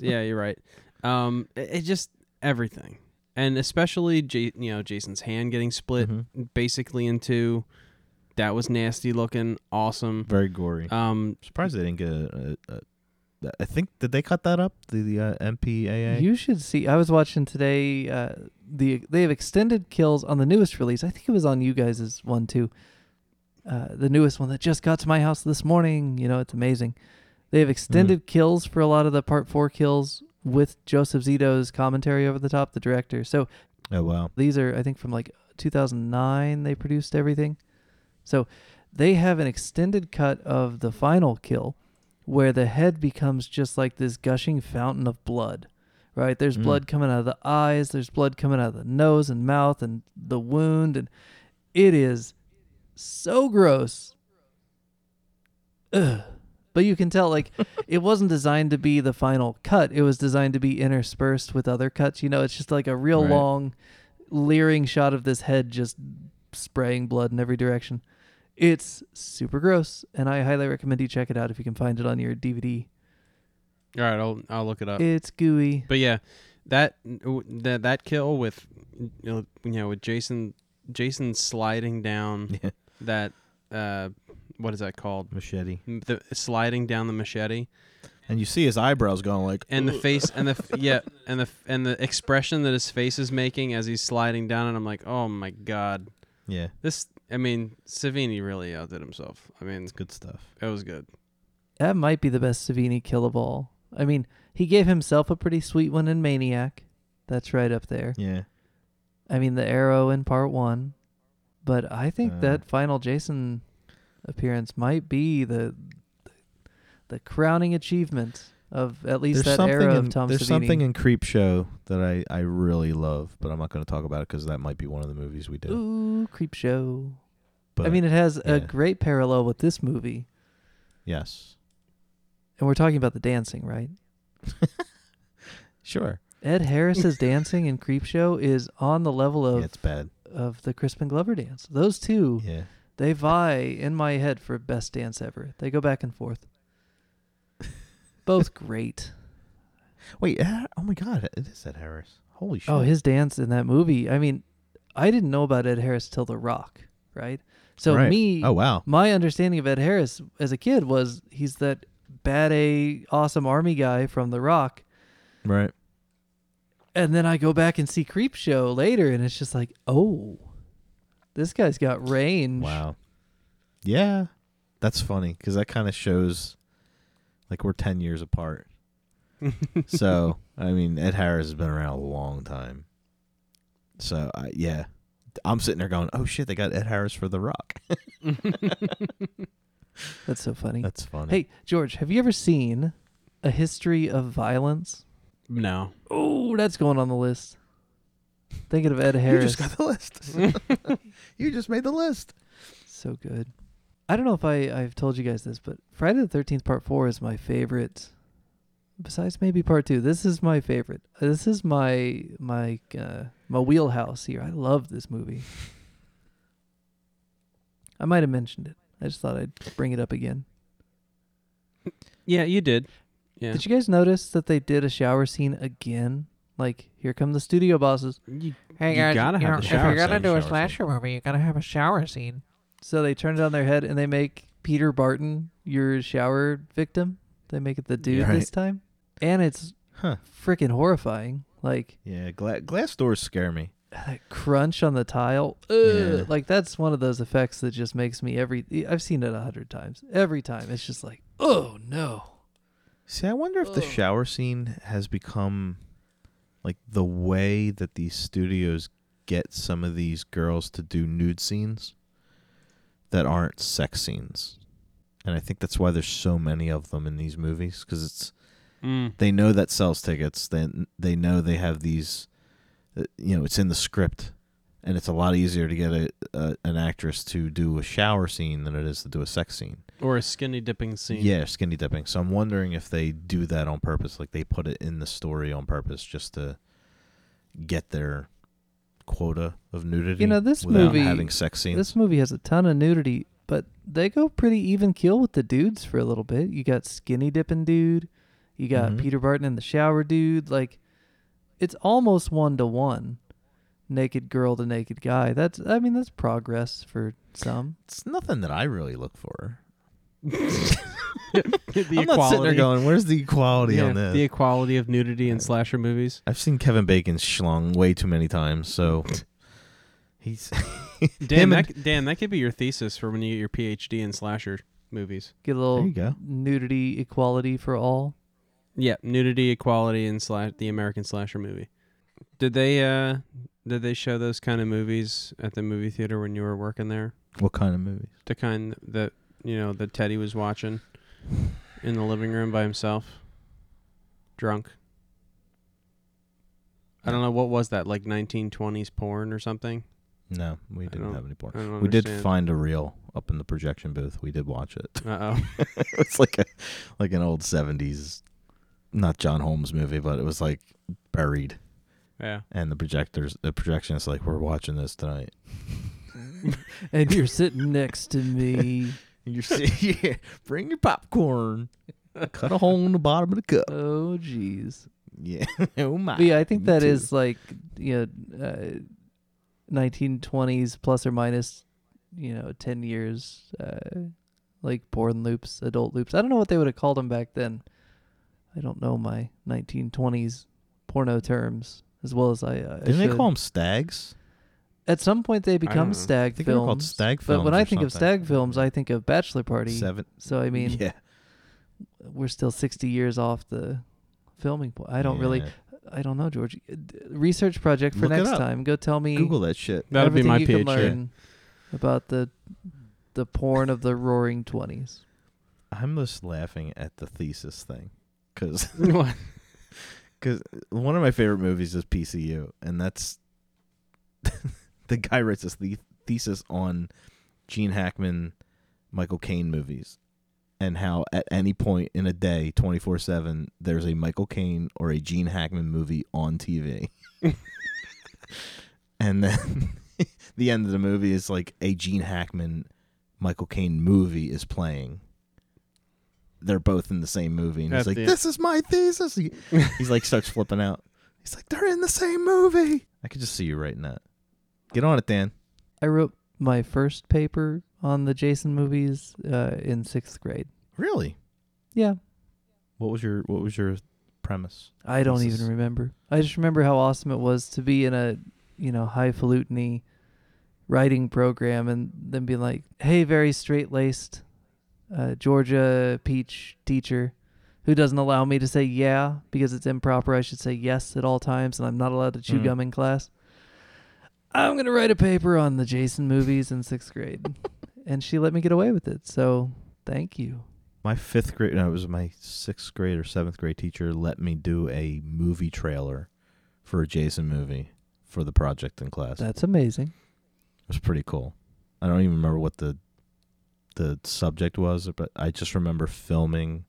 [SPEAKER 4] yeah, you're right. Um, it, it just everything, and especially J- you know Jason's hand getting split
[SPEAKER 3] Mhm.
[SPEAKER 4] basically in two. That was nasty looking, awesome.
[SPEAKER 3] Very gory.
[SPEAKER 4] Um,
[SPEAKER 3] Surprised they didn't get. A, a, a, I think did they cut that up? The, the uh, MPAA.
[SPEAKER 2] you should see. I was watching today. Uh, the they have extended kills on the newest release. I think it was on you guys' one too. Uh, the newest one that just got to my house this morning. You know, it's amazing. They have extended kills for a lot of the part four kills with Joseph Zito's commentary over the top, the director. So
[SPEAKER 3] oh wow.
[SPEAKER 2] These are, I think, from like 2009. They produced everything, so they have an extended cut of the final kill, where the head becomes just like this gushing fountain of blood. Right? There's
[SPEAKER 3] Mm.
[SPEAKER 2] blood coming out of the eyes. There's blood coming out of the nose and mouth and the wound, and it is so gross. Ugh. But you can tell, like, it wasn't designed to be the final cut. It was designed to be interspersed with other cuts. You know, it's just like a real
[SPEAKER 3] Right.
[SPEAKER 2] long, leering shot of this head just spraying blood in every direction. It's super gross, and I highly recommend you check it out if you can find it on your DVD.
[SPEAKER 4] all right, I'll I'll
[SPEAKER 3] Uh.
[SPEAKER 4] look it up.
[SPEAKER 2] It's gooey.
[SPEAKER 4] But yeah, that that that kill with you know, you know with Jason Jason sliding down
[SPEAKER 3] Yeah.
[SPEAKER 4] that uh what is that called?
[SPEAKER 3] Machete.
[SPEAKER 4] M- The sliding down the machete
[SPEAKER 3] And you see his eyebrows going like.
[SPEAKER 4] and the face and the f- yeah and the f- and the expression that his face is making as he's sliding down and I'm like, "Oh my god.
[SPEAKER 3] Yeah.
[SPEAKER 4] This I mean, Savini really outdid himself. I mean,
[SPEAKER 3] It's good stuff.
[SPEAKER 4] it was good.
[SPEAKER 2] That might be the best Savini kill of all. I mean, he gave himself a pretty sweet one in Maniac. That's right up there.
[SPEAKER 3] Yeah.
[SPEAKER 2] I mean, the arrow in part one, but I think
[SPEAKER 3] Uh.
[SPEAKER 2] that final Jason appearance might be the the crowning achievement of at least that era of
[SPEAKER 3] in,
[SPEAKER 2] Tom
[SPEAKER 3] there's
[SPEAKER 2] Savini.
[SPEAKER 3] something in Creep Show that I, I really love, but I'm not going to talk about it because that might be one of the movies we did.
[SPEAKER 2] Ooh, creep show.
[SPEAKER 3] but
[SPEAKER 2] I mean, it has a
[SPEAKER 3] yeah.
[SPEAKER 2] great parallel with this movie,
[SPEAKER 3] yes,
[SPEAKER 2] and we're talking about the dancing, right?
[SPEAKER 3] sure,
[SPEAKER 2] Ed Harris's dancing in Creep Show is on the level
[SPEAKER 3] yeah,
[SPEAKER 2] of
[SPEAKER 3] it's bad.
[SPEAKER 2] of the Crispin Glover dance. Those two,
[SPEAKER 3] Yeah,
[SPEAKER 2] they vie in my head for best dance ever. They go back and forth. Both great.
[SPEAKER 3] uh, wait, eh, oh my God, it is Ed Harris. Holy shit!
[SPEAKER 2] Oh, his dance in that movie. I mean, I didn't know about Ed Harris till The Rock, right? So
[SPEAKER 3] Right.
[SPEAKER 2] me,
[SPEAKER 3] Oh wow!
[SPEAKER 2] my understanding of Ed Harris as a kid was he's that bad A awesome army guy from The Rock.
[SPEAKER 3] Right.
[SPEAKER 2] And then I go back and see Creep Show later and it's just like, "Oh, this guy's got range."
[SPEAKER 3] Wow. Yeah, that's funny because that kind of shows, like we're ten years apart. so I mean, Ed Harris has been around a long time. So I, yeah, I'm sitting there going, "Oh shit, they got Ed Harris for The Rock."
[SPEAKER 2] That's so funny.
[SPEAKER 3] That's funny.
[SPEAKER 2] hey, George, have you ever seen A History of Violence?
[SPEAKER 4] no.
[SPEAKER 2] Oh, that's going on the list. Thinking of Ed Harris.
[SPEAKER 3] You just got the list. you just made the list.
[SPEAKER 2] So good. I don't know if I, I've told you guys this, but Friday the 13th, part four is my favorite. Besides maybe part two, this is my favorite. Uh, This is my my uh, my wheelhouse here. I love this movie. I might have mentioned it. I just thought I'd bring it up again.
[SPEAKER 4] Yeah, you did. Yeah.
[SPEAKER 2] Did you guys notice that they did a shower scene again? Like, here come the studio bosses.
[SPEAKER 4] You-
[SPEAKER 5] Hey
[SPEAKER 4] You
[SPEAKER 5] guys,
[SPEAKER 4] gotta
[SPEAKER 5] you
[SPEAKER 4] have the
[SPEAKER 5] know,
[SPEAKER 3] shower
[SPEAKER 5] If you're
[SPEAKER 3] scene.
[SPEAKER 5] gonna do
[SPEAKER 3] Shower
[SPEAKER 5] a
[SPEAKER 3] scene.
[SPEAKER 5] slasher movie, you gotta have a shower scene.
[SPEAKER 2] So they turn it on their head and they make Peter Barton your shower victim. They make it the dude
[SPEAKER 3] Right.
[SPEAKER 2] this time, and it's
[SPEAKER 3] Huh.
[SPEAKER 2] freaking horrifying. Like
[SPEAKER 3] Yeah, gla- glass doors scare me.
[SPEAKER 2] that crunch on the tile. Ugh.
[SPEAKER 3] Yeah.
[SPEAKER 2] Like that's one of those effects that just makes me every. I've seen it a hundred times. Every time it's just like, oh no.
[SPEAKER 3] See, I wonder if the
[SPEAKER 2] Ugh.
[SPEAKER 3] shower scene has become like the way that these studios get some of these girls to do nude scenes that aren't sex scenes. And I think that's why there's so many of them in these movies cuz it's
[SPEAKER 4] Mm.
[SPEAKER 3] they know that sells tickets, then they know they have these uh, you know, it's in the script and it's a lot easier to get a, a an actress to do a shower scene than it is to do a sex scene.
[SPEAKER 4] Or a skinny dipping scene.
[SPEAKER 3] Yeah, skinny dipping. So I'm wondering if they do that on purpose, like they put it in the story on purpose just to get their quota of nudity.
[SPEAKER 2] You know, this
[SPEAKER 3] without
[SPEAKER 2] movie-
[SPEAKER 3] having sex scenes.
[SPEAKER 2] This movie has a ton of nudity, but they go pretty even kill with the dudes for a little bit. You got skinny dipping dude, you got
[SPEAKER 3] Mhm.
[SPEAKER 2] Peter Barton in the shower dude. Like, it's almost one to one, naked girl to naked guy. That's I mean that's progress for some.
[SPEAKER 3] it's nothing that I really look for.
[SPEAKER 4] the
[SPEAKER 3] I'm not sitting there
[SPEAKER 4] equality.
[SPEAKER 3] going, "Where's the equality
[SPEAKER 4] Yeah,
[SPEAKER 3] on this?"
[SPEAKER 4] The equality of nudity in slasher movies.
[SPEAKER 3] I've seen Kevin Bacon schlong way too many times, so he's
[SPEAKER 4] Dan,
[SPEAKER 3] Him
[SPEAKER 4] that,
[SPEAKER 3] and-
[SPEAKER 4] c- Dan, that could be your thesis for when you get your PhD in slasher movies.
[SPEAKER 2] Get a
[SPEAKER 3] there.
[SPEAKER 2] little
[SPEAKER 3] You go.
[SPEAKER 2] nudity equality for all.
[SPEAKER 4] Yeah, nudity, equality, and sla- the American slasher movie. Did they uh did they show those kind of movies at the movie theater when you were working there?
[SPEAKER 3] What kind of movies?
[SPEAKER 4] The kind that you know that Teddy was watching in the living room by himself, drunk. I don't know what was that like 1920s porn or something.
[SPEAKER 3] No, we didn't
[SPEAKER 4] don't-
[SPEAKER 3] have any porn.
[SPEAKER 4] I don't
[SPEAKER 3] We did
[SPEAKER 4] understand.
[SPEAKER 3] find a reel up in the projection booth. We did watch it.
[SPEAKER 4] Uh oh.
[SPEAKER 3] it was like a like an old seventies, not John Holmes movie, but it was like buried,
[SPEAKER 4] Yeah.
[SPEAKER 3] and the projectors, the projectionist, like we're watching this tonight.
[SPEAKER 2] And you're sitting next to me.
[SPEAKER 3] You see, yeah, bring your popcorn, cut a hole in the bottom of the cup.
[SPEAKER 2] Oh jeez.
[SPEAKER 3] Yeah, oh my.
[SPEAKER 2] But yeah, I think
[SPEAKER 3] you
[SPEAKER 2] that
[SPEAKER 3] too.
[SPEAKER 2] is like you know, uh, 1920s plus or minus, you know, 10 years, uh, like porn loops, adult loops. I don't know what they would have called them back then. I don't know my 1920s porno terms as well as I. Uh, I
[SPEAKER 3] Didn't they
[SPEAKER 2] should.
[SPEAKER 3] call them stags?
[SPEAKER 2] At some point, they become
[SPEAKER 4] know.
[SPEAKER 2] stag
[SPEAKER 3] think they were
[SPEAKER 2] films.
[SPEAKER 3] called stag
[SPEAKER 2] But when
[SPEAKER 3] films
[SPEAKER 2] I
[SPEAKER 3] or
[SPEAKER 2] think of
[SPEAKER 3] something.
[SPEAKER 2] stag films, I think of bachelor party.
[SPEAKER 3] Seven.
[SPEAKER 2] So I mean,
[SPEAKER 3] yeah,
[SPEAKER 2] we're still 60 years off the filming point. I don't really.
[SPEAKER 3] Yeah.
[SPEAKER 2] I don't know, George. Uh, d- Research project for
[SPEAKER 3] Look it
[SPEAKER 2] next
[SPEAKER 3] up.
[SPEAKER 2] time. Go tell me
[SPEAKER 3] Google that shit.
[SPEAKER 4] That'll be
[SPEAKER 2] everything
[SPEAKER 4] my
[SPEAKER 2] you can
[SPEAKER 4] PhD.
[SPEAKER 2] learn about the the porn of the Roaring Twenties.
[SPEAKER 3] I'm just laughing at the thesis thing because
[SPEAKER 4] What?
[SPEAKER 3] uh, one of my favorite movies is PCU, and that's the guy writes his the- thesis on Gene Hackman, Michael Caine movies, and how at any point in a day, twenty four seven, there's a Michael Caine or a Gene Hackman movie on TV, and then the end of the movie is like a Gene Hackman, Michael Caine movie is playing. They're both in the same movie, and
[SPEAKER 4] At
[SPEAKER 3] he's like,
[SPEAKER 4] the-
[SPEAKER 3] "This is my thesis." He- He's like starts flipping out. He's like, they're in the same movie. I could just see you writing that. Get on it, Dan.
[SPEAKER 2] I wrote my first paper on the Jason movies uh, in sixth grade.
[SPEAKER 3] Really?
[SPEAKER 2] Yeah,
[SPEAKER 3] What was your What was your premise?
[SPEAKER 2] I don't
[SPEAKER 3] This
[SPEAKER 2] even
[SPEAKER 3] is-
[SPEAKER 2] remember. I just remember how awesome it was to be in a, you know, highfalutin writing program and then being like, hey, very straight laced uh, Georgia Peach teacher who doesn't allow me to say yeah because it's improper. I should say yes at all times and I'm not allowed to chew
[SPEAKER 3] Mm.
[SPEAKER 2] gum in class. I'm going to write a paper on the Jason movies in sixth grade. and she let me get away with it. So thank you.
[SPEAKER 3] My fifth grade, no, it was my sixth grade or seventh grade teacher let me do a movie trailer for a Jason movie for the project in class.
[SPEAKER 2] That's amazing.
[SPEAKER 3] It was pretty cool. I don't even remember what the the subject was, but I just remember filming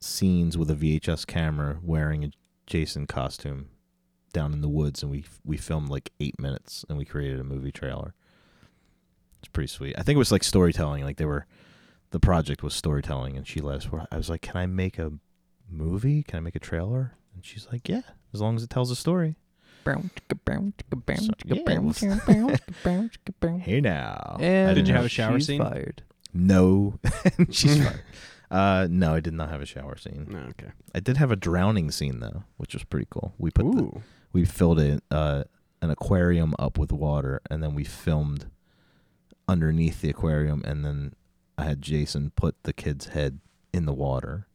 [SPEAKER 3] scenes with a VHS camera wearing a Jason costume down in the woods, and we we filmed like eight minutes, and we created a movie trailer. It's pretty sweet. I think it was like storytelling. Like they were, the project was storytelling, and she let us. I was like, "Can I make a movie? Can I make a trailer?" And she's like, "Yeah, as long as it tells a story." So, yeah, it was- Hey now,
[SPEAKER 2] And
[SPEAKER 4] Did you have a shower
[SPEAKER 2] she's
[SPEAKER 4] scene?
[SPEAKER 2] Fired.
[SPEAKER 3] No, she's fine. Uh, no, I did not have a shower scene.
[SPEAKER 4] No, okay.
[SPEAKER 3] I did have a drowning scene though, which was pretty cool. We put the,
[SPEAKER 4] Ooh.
[SPEAKER 3] we filled it uh, an aquarium up with water, and then we filmed underneath the aquarium, and then I had Jason put the kid's head in the water,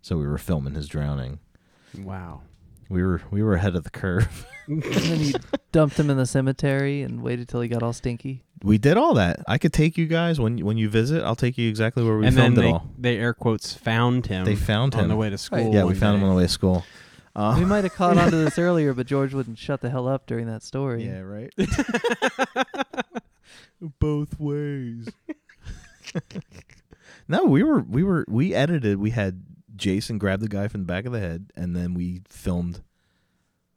[SPEAKER 3] so we were filming his drowning.
[SPEAKER 4] Wow.
[SPEAKER 3] We were we were ahead of the curve.
[SPEAKER 2] And then you dumped him in the cemetery and waited till he got all stinky.
[SPEAKER 3] We did all that. I could take you guys when when you visit. I'll take you exactly where we
[SPEAKER 4] and then
[SPEAKER 3] filmed it
[SPEAKER 4] they,
[SPEAKER 3] all.
[SPEAKER 4] they air quotes found him
[SPEAKER 3] They found
[SPEAKER 4] on
[SPEAKER 3] him.
[SPEAKER 4] the way to school.
[SPEAKER 3] yeah, we
[SPEAKER 4] one
[SPEAKER 3] found him
[SPEAKER 4] day.
[SPEAKER 3] on the way to school. Um,
[SPEAKER 2] We might have caught on to this earlier, but George wouldn't shut the hell up during that story.
[SPEAKER 3] Yeah, right. Both ways. no, we were we were we edited. We had Jason grab the guy from the back of the head, and then we filmed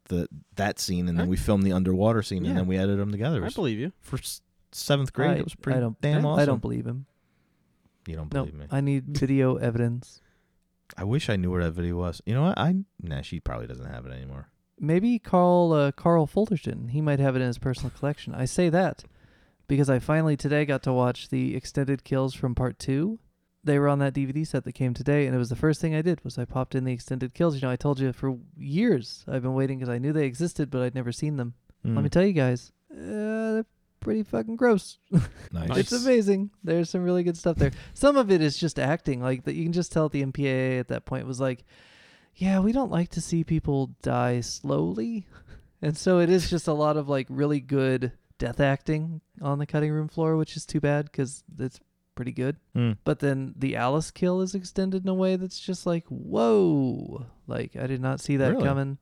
[SPEAKER 3] the that scene, and then we filmed the underwater scene,
[SPEAKER 4] Yeah.
[SPEAKER 3] and then we edited them together. It
[SPEAKER 4] I
[SPEAKER 3] was-
[SPEAKER 4] believe you.
[SPEAKER 3] for s- seventh grade,
[SPEAKER 2] I,
[SPEAKER 3] it was pretty
[SPEAKER 2] I don't,
[SPEAKER 3] damn
[SPEAKER 2] I
[SPEAKER 3] awesome.
[SPEAKER 2] don't believe him.
[SPEAKER 3] you don't
[SPEAKER 2] No,
[SPEAKER 3] believe me. I,
[SPEAKER 2] I need video evidence.
[SPEAKER 3] wish I knew where that video was. You know what? I nah, she probably doesn't have it anymore.
[SPEAKER 2] Maybe Carl uh, Carl Fullerton. He might have it in his personal collection. I say that because I finally today got to watch the extended kills from part two. They were on that DVD set that came today, and it was the first thing I did was I popped in the extended kills. You know, I told you for years I've been waiting because I knew they existed, but I'd never seen them. Mm. Let me
[SPEAKER 3] Hmm.
[SPEAKER 2] tell you guys, uh, they're pretty fucking gross.
[SPEAKER 3] nice.
[SPEAKER 2] It's amazing. There's some really good stuff there. Some of it is just acting, like that. You can just tell the MPAA at that point was like, "Yeah, we don't like to see people die slowly," and so it is just a lot of like really good death acting on the cutting room floor, which is too bad because it's pretty good.
[SPEAKER 3] Mm.
[SPEAKER 2] But then the Alice kill is extended in a way that's just like, "Whoa!" Like I did not see that
[SPEAKER 3] Really?
[SPEAKER 2] coming,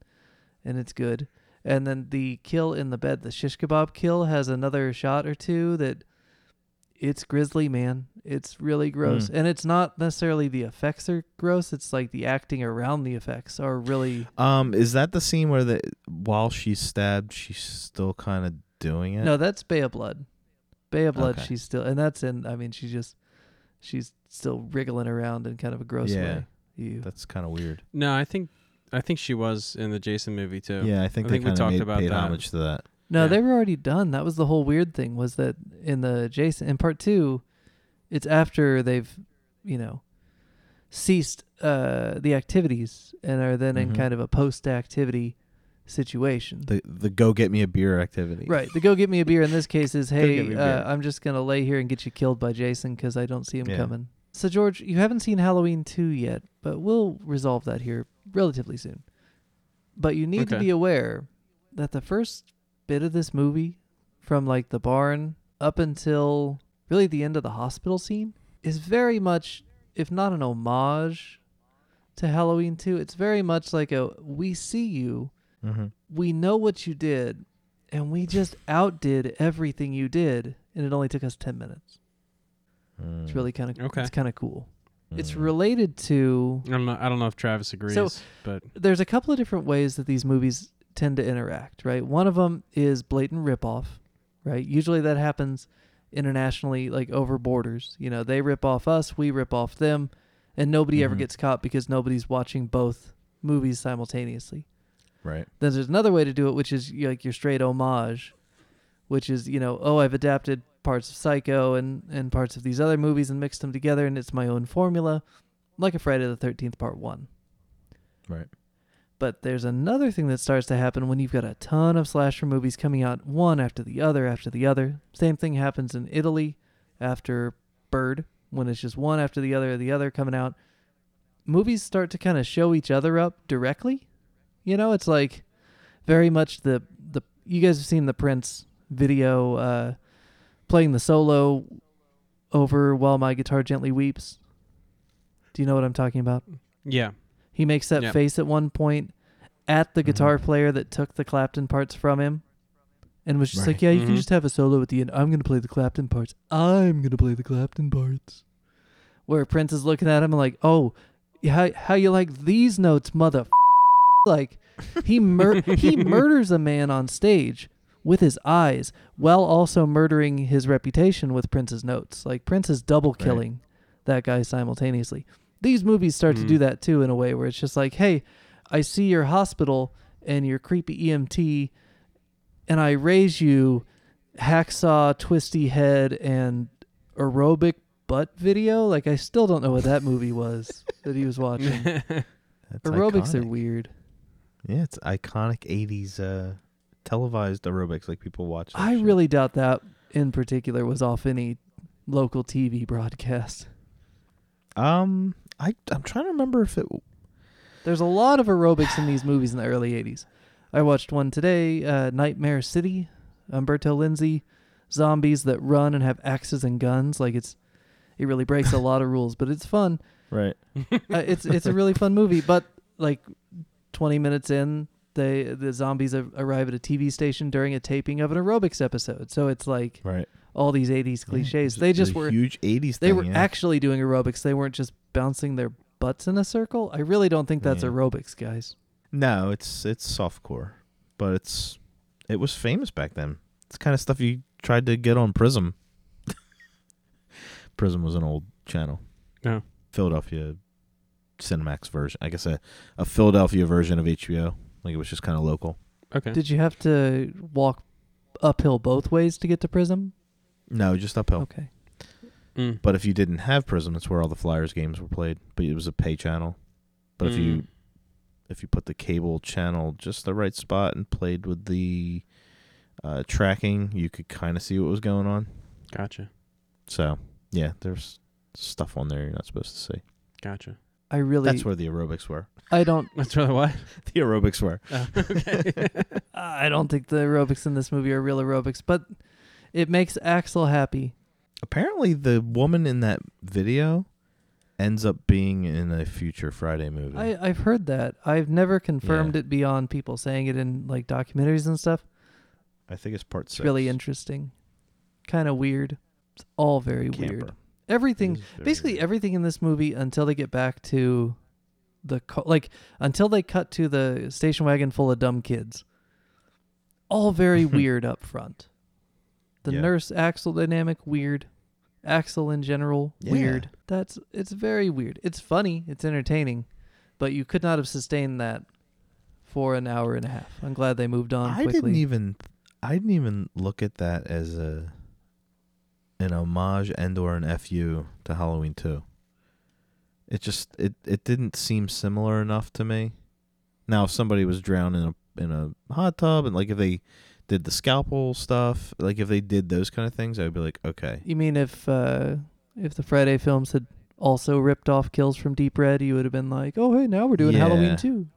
[SPEAKER 2] and it's good. And then the kill in the bed, the shish kebab kill, has another shot or two that it's grisly, man. It's really gross.
[SPEAKER 3] Mm.
[SPEAKER 2] And it's not necessarily the effects are gross, it's like the acting around the effects are really
[SPEAKER 3] Um, is that the scene where the while she's stabbed, she's still kind of doing it?
[SPEAKER 2] No, that's Bay of Blood. Bay of Blood,
[SPEAKER 3] Okay.
[SPEAKER 2] she's still and that's in I mean, she just she's still wriggling around in kind of a gross
[SPEAKER 3] Yeah.
[SPEAKER 2] way. Ew.
[SPEAKER 3] that's kind of weird.
[SPEAKER 4] No, I think I think she was in the Jason movie too.
[SPEAKER 3] Yeah, I think
[SPEAKER 4] I
[SPEAKER 3] they
[SPEAKER 4] think we
[SPEAKER 3] kind of
[SPEAKER 4] talked
[SPEAKER 3] made
[SPEAKER 4] about
[SPEAKER 3] paid
[SPEAKER 4] that.
[SPEAKER 3] homage to that.
[SPEAKER 2] No,
[SPEAKER 4] Yeah.
[SPEAKER 2] they were already done. That was the whole weird thing was that in the Jason in part two, it's after they've, you know, ceased uh, the activities and are then in
[SPEAKER 3] Mhm.
[SPEAKER 2] kind of a post activity situation.
[SPEAKER 3] The the go get me a beer activity.
[SPEAKER 2] right. The go get me a beer in this case is
[SPEAKER 3] get me
[SPEAKER 2] hey,
[SPEAKER 3] a
[SPEAKER 2] uh,
[SPEAKER 3] beer.
[SPEAKER 2] I'm just gonna lay here and get you killed by Jason because I don't see him
[SPEAKER 3] Yeah.
[SPEAKER 2] coming. So George, you haven't seen Halloween two yet, but we'll resolve that here relatively soon. But you need to
[SPEAKER 4] Okay.
[SPEAKER 2] be aware that the first bit of this movie, from like the barn up until really the end of the hospital scene, is very much, if not an homage to Halloween 2, it's very much like a we see you,
[SPEAKER 3] Mm-hmm.
[SPEAKER 2] we know what you did, and we just outdid everything you did, and it only took us 10 minutes. It's really kind of
[SPEAKER 4] Okay.
[SPEAKER 2] it's kind of cool. It's
[SPEAKER 3] Mm.
[SPEAKER 2] related to
[SPEAKER 4] I don't know. I don't know if Travis agrees, but
[SPEAKER 2] there's a couple of different ways that these movies tend to interact, right? One of them is blatant ripoff, right? Usually that happens internationally, like over borders. You know, they rip off us, we rip off them, and nobody ever
[SPEAKER 3] Mhm.
[SPEAKER 2] gets caught because nobody's watching both movies simultaneously.
[SPEAKER 3] Right.
[SPEAKER 2] Then there's another way to do it, which is y- like your straight homage, which is you know, oh, I've adapted parts of Psycho and and parts of these other movies and mixed them together, and it's my own formula, like a Friday the Thirteenth Part One.
[SPEAKER 3] Right.
[SPEAKER 2] But there's another thing that starts to happen when you've got a ton of slasher movies coming out one after the other after the other. Same thing happens in Italy after Bird, when it's just one after the other, the other coming out. Movies start to kind of show each other up directly. You know, it's like very much the the you guys have seen the Prince video uh playing the solo over while my guitar gently weeps. Do you know what I'm talking about?
[SPEAKER 4] Yeah.
[SPEAKER 2] He makes that
[SPEAKER 4] Yeah.
[SPEAKER 2] face at one point at the guitar player that took the Clapton parts from him and was just like,
[SPEAKER 3] Right.
[SPEAKER 2] Yeah, you
[SPEAKER 4] Mhm.
[SPEAKER 2] can just have a solo at the end. I'm going to play the Clapton parts. I'm going to play the Clapton parts. Where Prince is looking at him and like, Oh, how, how you like these notes, mother? f-" Like, he, mur- he murders a man on stage with his eyes while also murdering his reputation with Prince's notes. Like, Prince is double
[SPEAKER 3] Right.
[SPEAKER 2] killing that guy simultaneously these movies start to
[SPEAKER 4] Mm.
[SPEAKER 2] do that too in a way where it's just like, hey, I see your hospital and your creepy EMT, and I raise you hacksaw, twisty head, and aerobic butt video. Like I still don't know what that movie was that he was watching.
[SPEAKER 3] That's
[SPEAKER 2] Aerobics
[SPEAKER 3] iconic.
[SPEAKER 2] are weird.
[SPEAKER 3] Yeah, it's iconic '80s uh, televised aerobics, like people watch. that
[SPEAKER 2] I
[SPEAKER 3] shit.
[SPEAKER 2] really doubt that in particular was off any local TV broadcast.
[SPEAKER 3] um, I I'm trying to remember if it.
[SPEAKER 2] There's a lot of aerobics in these movies in the early 80s. I watched one today, uh, Nightmare City, Umberto Lindsay, zombies that run and have axes and guns. Like it's, it really breaks a lot of rules, but it's fun.
[SPEAKER 3] Right.
[SPEAKER 2] Uh, it's it's a really fun movie. But like, 20 minutes in, they the zombies a- arrive at a TV station during a taping of an aerobics episode. So it's like
[SPEAKER 3] Right.
[SPEAKER 2] all these 80s
[SPEAKER 3] Yeah,
[SPEAKER 2] cliches.
[SPEAKER 3] there's a-
[SPEAKER 2] they
[SPEAKER 3] there's
[SPEAKER 2] just
[SPEAKER 3] a
[SPEAKER 2] were
[SPEAKER 3] huge '80s.
[SPEAKER 2] they
[SPEAKER 3] thing,
[SPEAKER 2] were
[SPEAKER 3] yeah.
[SPEAKER 2] actually doing aerobics. They weren't just bouncing their butts in a circle. I really don't think that's
[SPEAKER 3] Yeah.
[SPEAKER 2] aerobics, guys.
[SPEAKER 3] No, it's it's softcore, but it's it was famous back then. It's the kind of stuff you tried to get on Prism. Prism was an old channel.
[SPEAKER 4] Yeah.
[SPEAKER 3] Philadelphia Cinemax version. I guess a, a Philadelphia version of HBO. Like it was just kind of local.
[SPEAKER 4] Okay.
[SPEAKER 2] Did you have to walk uphill both ways to get to Prism?
[SPEAKER 3] No, just uphill.
[SPEAKER 2] Okay.
[SPEAKER 4] Mm.
[SPEAKER 3] But if you didn't have Prism, that's where all the Flyers games were played. But it was a pay channel. But if you
[SPEAKER 4] Mm.
[SPEAKER 3] if you put the cable channel just the right spot and played with the uh, tracking, you could kind of see what was going on.
[SPEAKER 4] Gotcha.
[SPEAKER 3] So yeah, there's stuff on there you're not supposed to see.
[SPEAKER 4] Gotcha.
[SPEAKER 2] I really
[SPEAKER 3] That's where the aerobics were.
[SPEAKER 2] I don't
[SPEAKER 4] That's really what?
[SPEAKER 3] The aerobics were.
[SPEAKER 4] Oh, okay.
[SPEAKER 2] I don't think the aerobics in this movie are real aerobics, but it makes Axel happy.
[SPEAKER 3] Apparently, the woman in that video ends up being in a future Friday movie.
[SPEAKER 2] I, I've heard that. I've never confirmed it beyond people saying it in like documentaries and stuff.
[SPEAKER 3] I think it's part
[SPEAKER 2] It's
[SPEAKER 3] six.
[SPEAKER 2] really interesting. Kind of weird. It's all very weird.
[SPEAKER 3] Camper.
[SPEAKER 2] Everything
[SPEAKER 3] It is very
[SPEAKER 2] basically
[SPEAKER 3] weird.
[SPEAKER 2] everything in this movie until they get back to the co- like until they cut to the station wagon full of dumb kids all very weird up front the
[SPEAKER 3] Yeah.
[SPEAKER 2] nurse axle dynamic weird axle in general
[SPEAKER 3] Yeah.
[SPEAKER 2] weird that's it's very weird it's funny it's entertaining but you could not have sustained that for an hour and a half i'm glad they moved on
[SPEAKER 3] I
[SPEAKER 2] quickly
[SPEAKER 3] didn't even I didn't even look at that as a an homage and or an FU to Halloween 2. It just it it didn't seem similar enough to me. Now if somebody was drowned in a in a hot tub and like if they did the scalpel stuff, like if they did those kind of things, I would be like, okay.
[SPEAKER 2] You mean if uh, if the Friday films had also ripped off kills from Deep Red, you would have been like, "Oh, hey, now we're doing
[SPEAKER 3] Yeah.
[SPEAKER 2] Halloween too."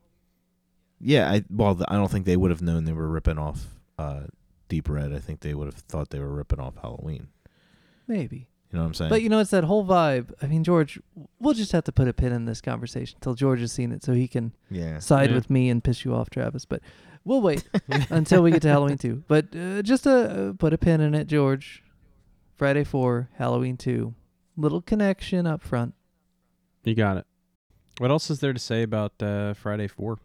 [SPEAKER 3] Yeah, I well, th- I don't think they would have known they were ripping off uh Deep Red. I think they would have thought they were ripping off Halloween.
[SPEAKER 2] Maybe,
[SPEAKER 3] You know what I'm saying?
[SPEAKER 2] but you know, it's that whole vibe. I mean, George, we'll just have to put a pin in this conversation until George has seen it, so he can
[SPEAKER 3] yeah.
[SPEAKER 2] side
[SPEAKER 4] Yeah.
[SPEAKER 2] with me and piss you off, Travis. But we'll wait until we get to Halloween two. But uh, just uh, uh, put a pin in it, George. Friday four, Halloween two. Little connection up front.
[SPEAKER 4] You got it. What else is there to say about uh, Friday 4?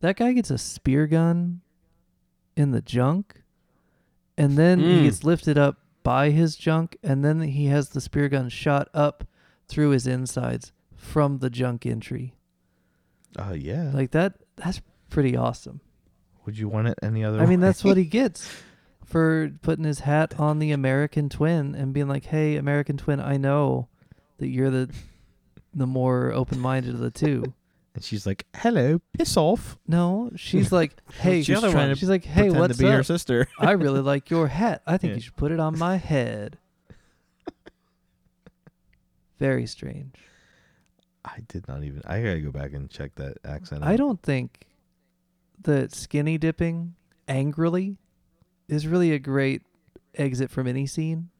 [SPEAKER 2] that guy gets a spear gun in the junk and then
[SPEAKER 4] Mm.
[SPEAKER 2] he
[SPEAKER 3] Hmm.
[SPEAKER 2] gets lifted up by his junk and then he has the spear gun shot up through his insides from the junk entry
[SPEAKER 3] Oh yeah.
[SPEAKER 2] like that that's pretty awesome
[SPEAKER 3] Would you want it any other
[SPEAKER 2] I mean,
[SPEAKER 3] way?
[SPEAKER 2] that's what he gets for putting his hat on the American Twin and being like, "Hey, American Twin, I know that you're the the more open-minded of the two.
[SPEAKER 3] And she's like, "Hello, piss off."
[SPEAKER 2] No, she's like, "Hey,
[SPEAKER 3] She's trying to
[SPEAKER 2] she's like, "Hey,
[SPEAKER 3] Pretend
[SPEAKER 2] what's
[SPEAKER 3] to be her
[SPEAKER 2] up?
[SPEAKER 3] sister.
[SPEAKER 2] I really like your hat. I think
[SPEAKER 3] Yeah.
[SPEAKER 2] you should put it on my head." Very strange.
[SPEAKER 3] I did not even. I gotta go back and check that accent.
[SPEAKER 2] I
[SPEAKER 3] out.
[SPEAKER 2] don't think that skinny dipping angrily is really a great exit from any scene.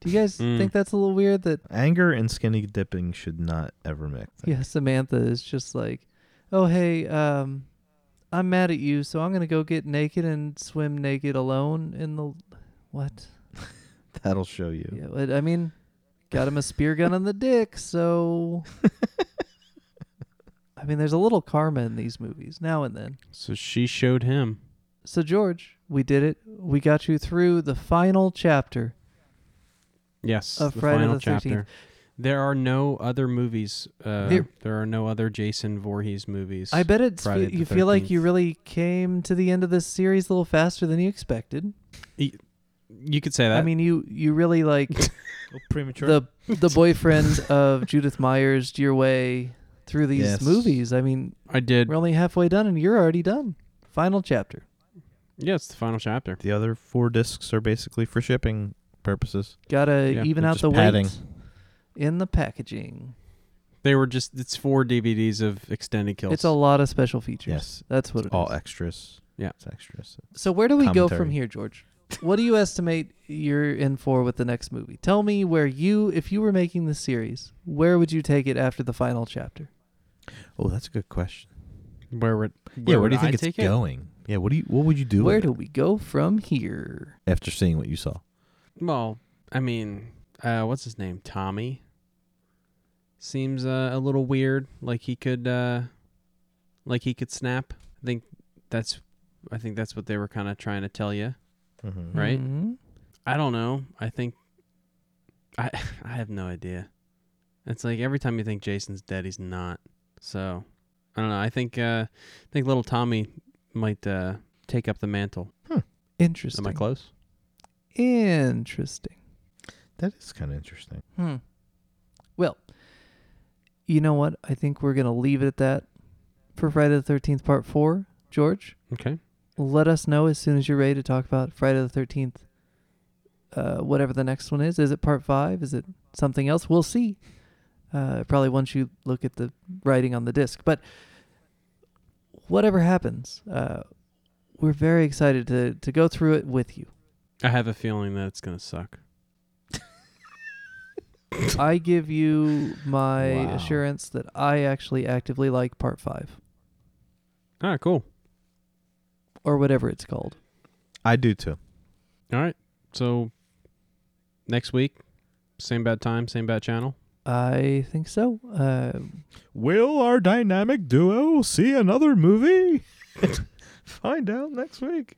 [SPEAKER 2] Do you guys
[SPEAKER 4] Mm.
[SPEAKER 2] think that's a little weird that
[SPEAKER 3] Anger and skinny dipping should not ever mix.
[SPEAKER 2] yeah, Samantha is just like, "Oh hey, um I'm mad at you, so I'm going to go get naked and swim naked alone in the what?
[SPEAKER 3] That'll show you.
[SPEAKER 2] Yeah, what- I mean, got him a spear gun in the dick, so I mean, there's a little karma in these movies now and then.
[SPEAKER 4] So she showed him.
[SPEAKER 2] So, George, we did it. We got you through the final chapter.
[SPEAKER 4] Yes,
[SPEAKER 2] Of
[SPEAKER 4] the
[SPEAKER 2] Friday
[SPEAKER 4] final
[SPEAKER 2] the 13th.
[SPEAKER 4] chapter. There are no other movies. Uh,
[SPEAKER 2] There-
[SPEAKER 4] there, are no other Jason Voorhees movies.
[SPEAKER 2] I bet it's
[SPEAKER 4] Friday the
[SPEAKER 2] you feel like you
[SPEAKER 4] 13th.
[SPEAKER 2] really came to the end of this series a little faster than you expected.
[SPEAKER 4] you could say that.
[SPEAKER 2] I mean, you you really like
[SPEAKER 4] Oh,
[SPEAKER 3] premature.
[SPEAKER 2] the the boyfriend of Judith Myers your way through these
[SPEAKER 3] Yes.
[SPEAKER 2] movies. I mean,
[SPEAKER 4] I did.
[SPEAKER 2] we're only halfway done, and you're already done. Final chapter.
[SPEAKER 4] Yeah, it's the final chapter.
[SPEAKER 3] the other four discs are basically for shipping purposes.
[SPEAKER 2] Gotta
[SPEAKER 4] Yeah,
[SPEAKER 2] even
[SPEAKER 3] they're
[SPEAKER 2] out
[SPEAKER 3] just
[SPEAKER 2] the
[SPEAKER 3] padding.
[SPEAKER 2] weight in the packaging.
[SPEAKER 4] They were just. It's four DVDs of extended kills.
[SPEAKER 2] It's a lot of special features.
[SPEAKER 3] Yes.
[SPEAKER 2] that's what
[SPEAKER 3] It's
[SPEAKER 2] it
[SPEAKER 3] all
[SPEAKER 2] is.
[SPEAKER 3] extras.
[SPEAKER 4] Yeah.
[SPEAKER 3] It's extras.
[SPEAKER 2] So where do we go
[SPEAKER 3] commentary.
[SPEAKER 2] from here, George? What do you estimate you're in for with the next movie? Tell me where you, if you were making the series, where would you take it after the final chapter?
[SPEAKER 3] Oh, that's a good question.
[SPEAKER 4] where would
[SPEAKER 3] yeah, where
[SPEAKER 4] would
[SPEAKER 3] do you think
[SPEAKER 4] I
[SPEAKER 3] it's
[SPEAKER 4] take it?
[SPEAKER 3] going? Yeah, what do you what would you do
[SPEAKER 2] where
[SPEAKER 3] with
[SPEAKER 2] do
[SPEAKER 3] it
[SPEAKER 2] we go from here?
[SPEAKER 3] after seeing what you saw?
[SPEAKER 4] Well, I mean, uh, what's his name? Tommy. Seems uh, a little weird. Like he could, uh, like he could snap. I think that's, I think that's what they were kind of trying to tell you.
[SPEAKER 3] Mm-hmm.
[SPEAKER 4] Right.
[SPEAKER 2] Mhm.
[SPEAKER 4] I don't know. I think, I I have no idea. It's like every time you think Jason's dead, he's not. So I don't know. I think uh, I think little Tommy might uh, take up the mantle.
[SPEAKER 2] Interesting.
[SPEAKER 4] Am I close?
[SPEAKER 2] Interesting.
[SPEAKER 3] That is kind of interesting.
[SPEAKER 2] Hmm. Well, you know what? I think we're gonna leave it at that for Friday the Thirteenth Part Four, George.
[SPEAKER 4] Okay.
[SPEAKER 2] let us know as soon as you're ready to talk about Friday the 13th. Uh, whatever the next one is. Is it part five? Is it something else? We'll see. Uh, probably once you look at the writing on the disc. But whatever happens, uh, we're very excited to, to go through it with you.
[SPEAKER 4] I have a feeling that it's gonna suck.
[SPEAKER 2] I give you my
[SPEAKER 3] Wow.
[SPEAKER 2] assurance that I actually actively like part five
[SPEAKER 4] All right. Ah, Cool.
[SPEAKER 2] or whatever it's called.
[SPEAKER 3] I do too.
[SPEAKER 4] All right. So next week, same bad time, same bad channel.
[SPEAKER 2] I think so. Uh,
[SPEAKER 3] Will our dynamic duo see another movie? Find out next week.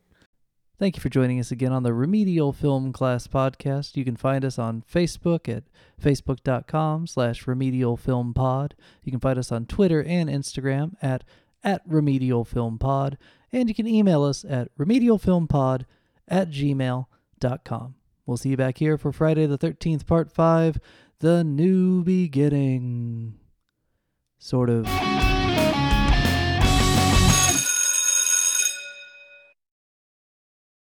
[SPEAKER 2] Thank you for joining us again on the Remedial Film Class podcast. You can find us on Facebook at facebook.com slash remedial film pod. You can find us on Twitter and Instagram at, at remedial film pod. And you can email us at remedialfilmpod at gmail.com. We'll see you back here for Friday the 13th, part 5, The New Beginning. Sort of.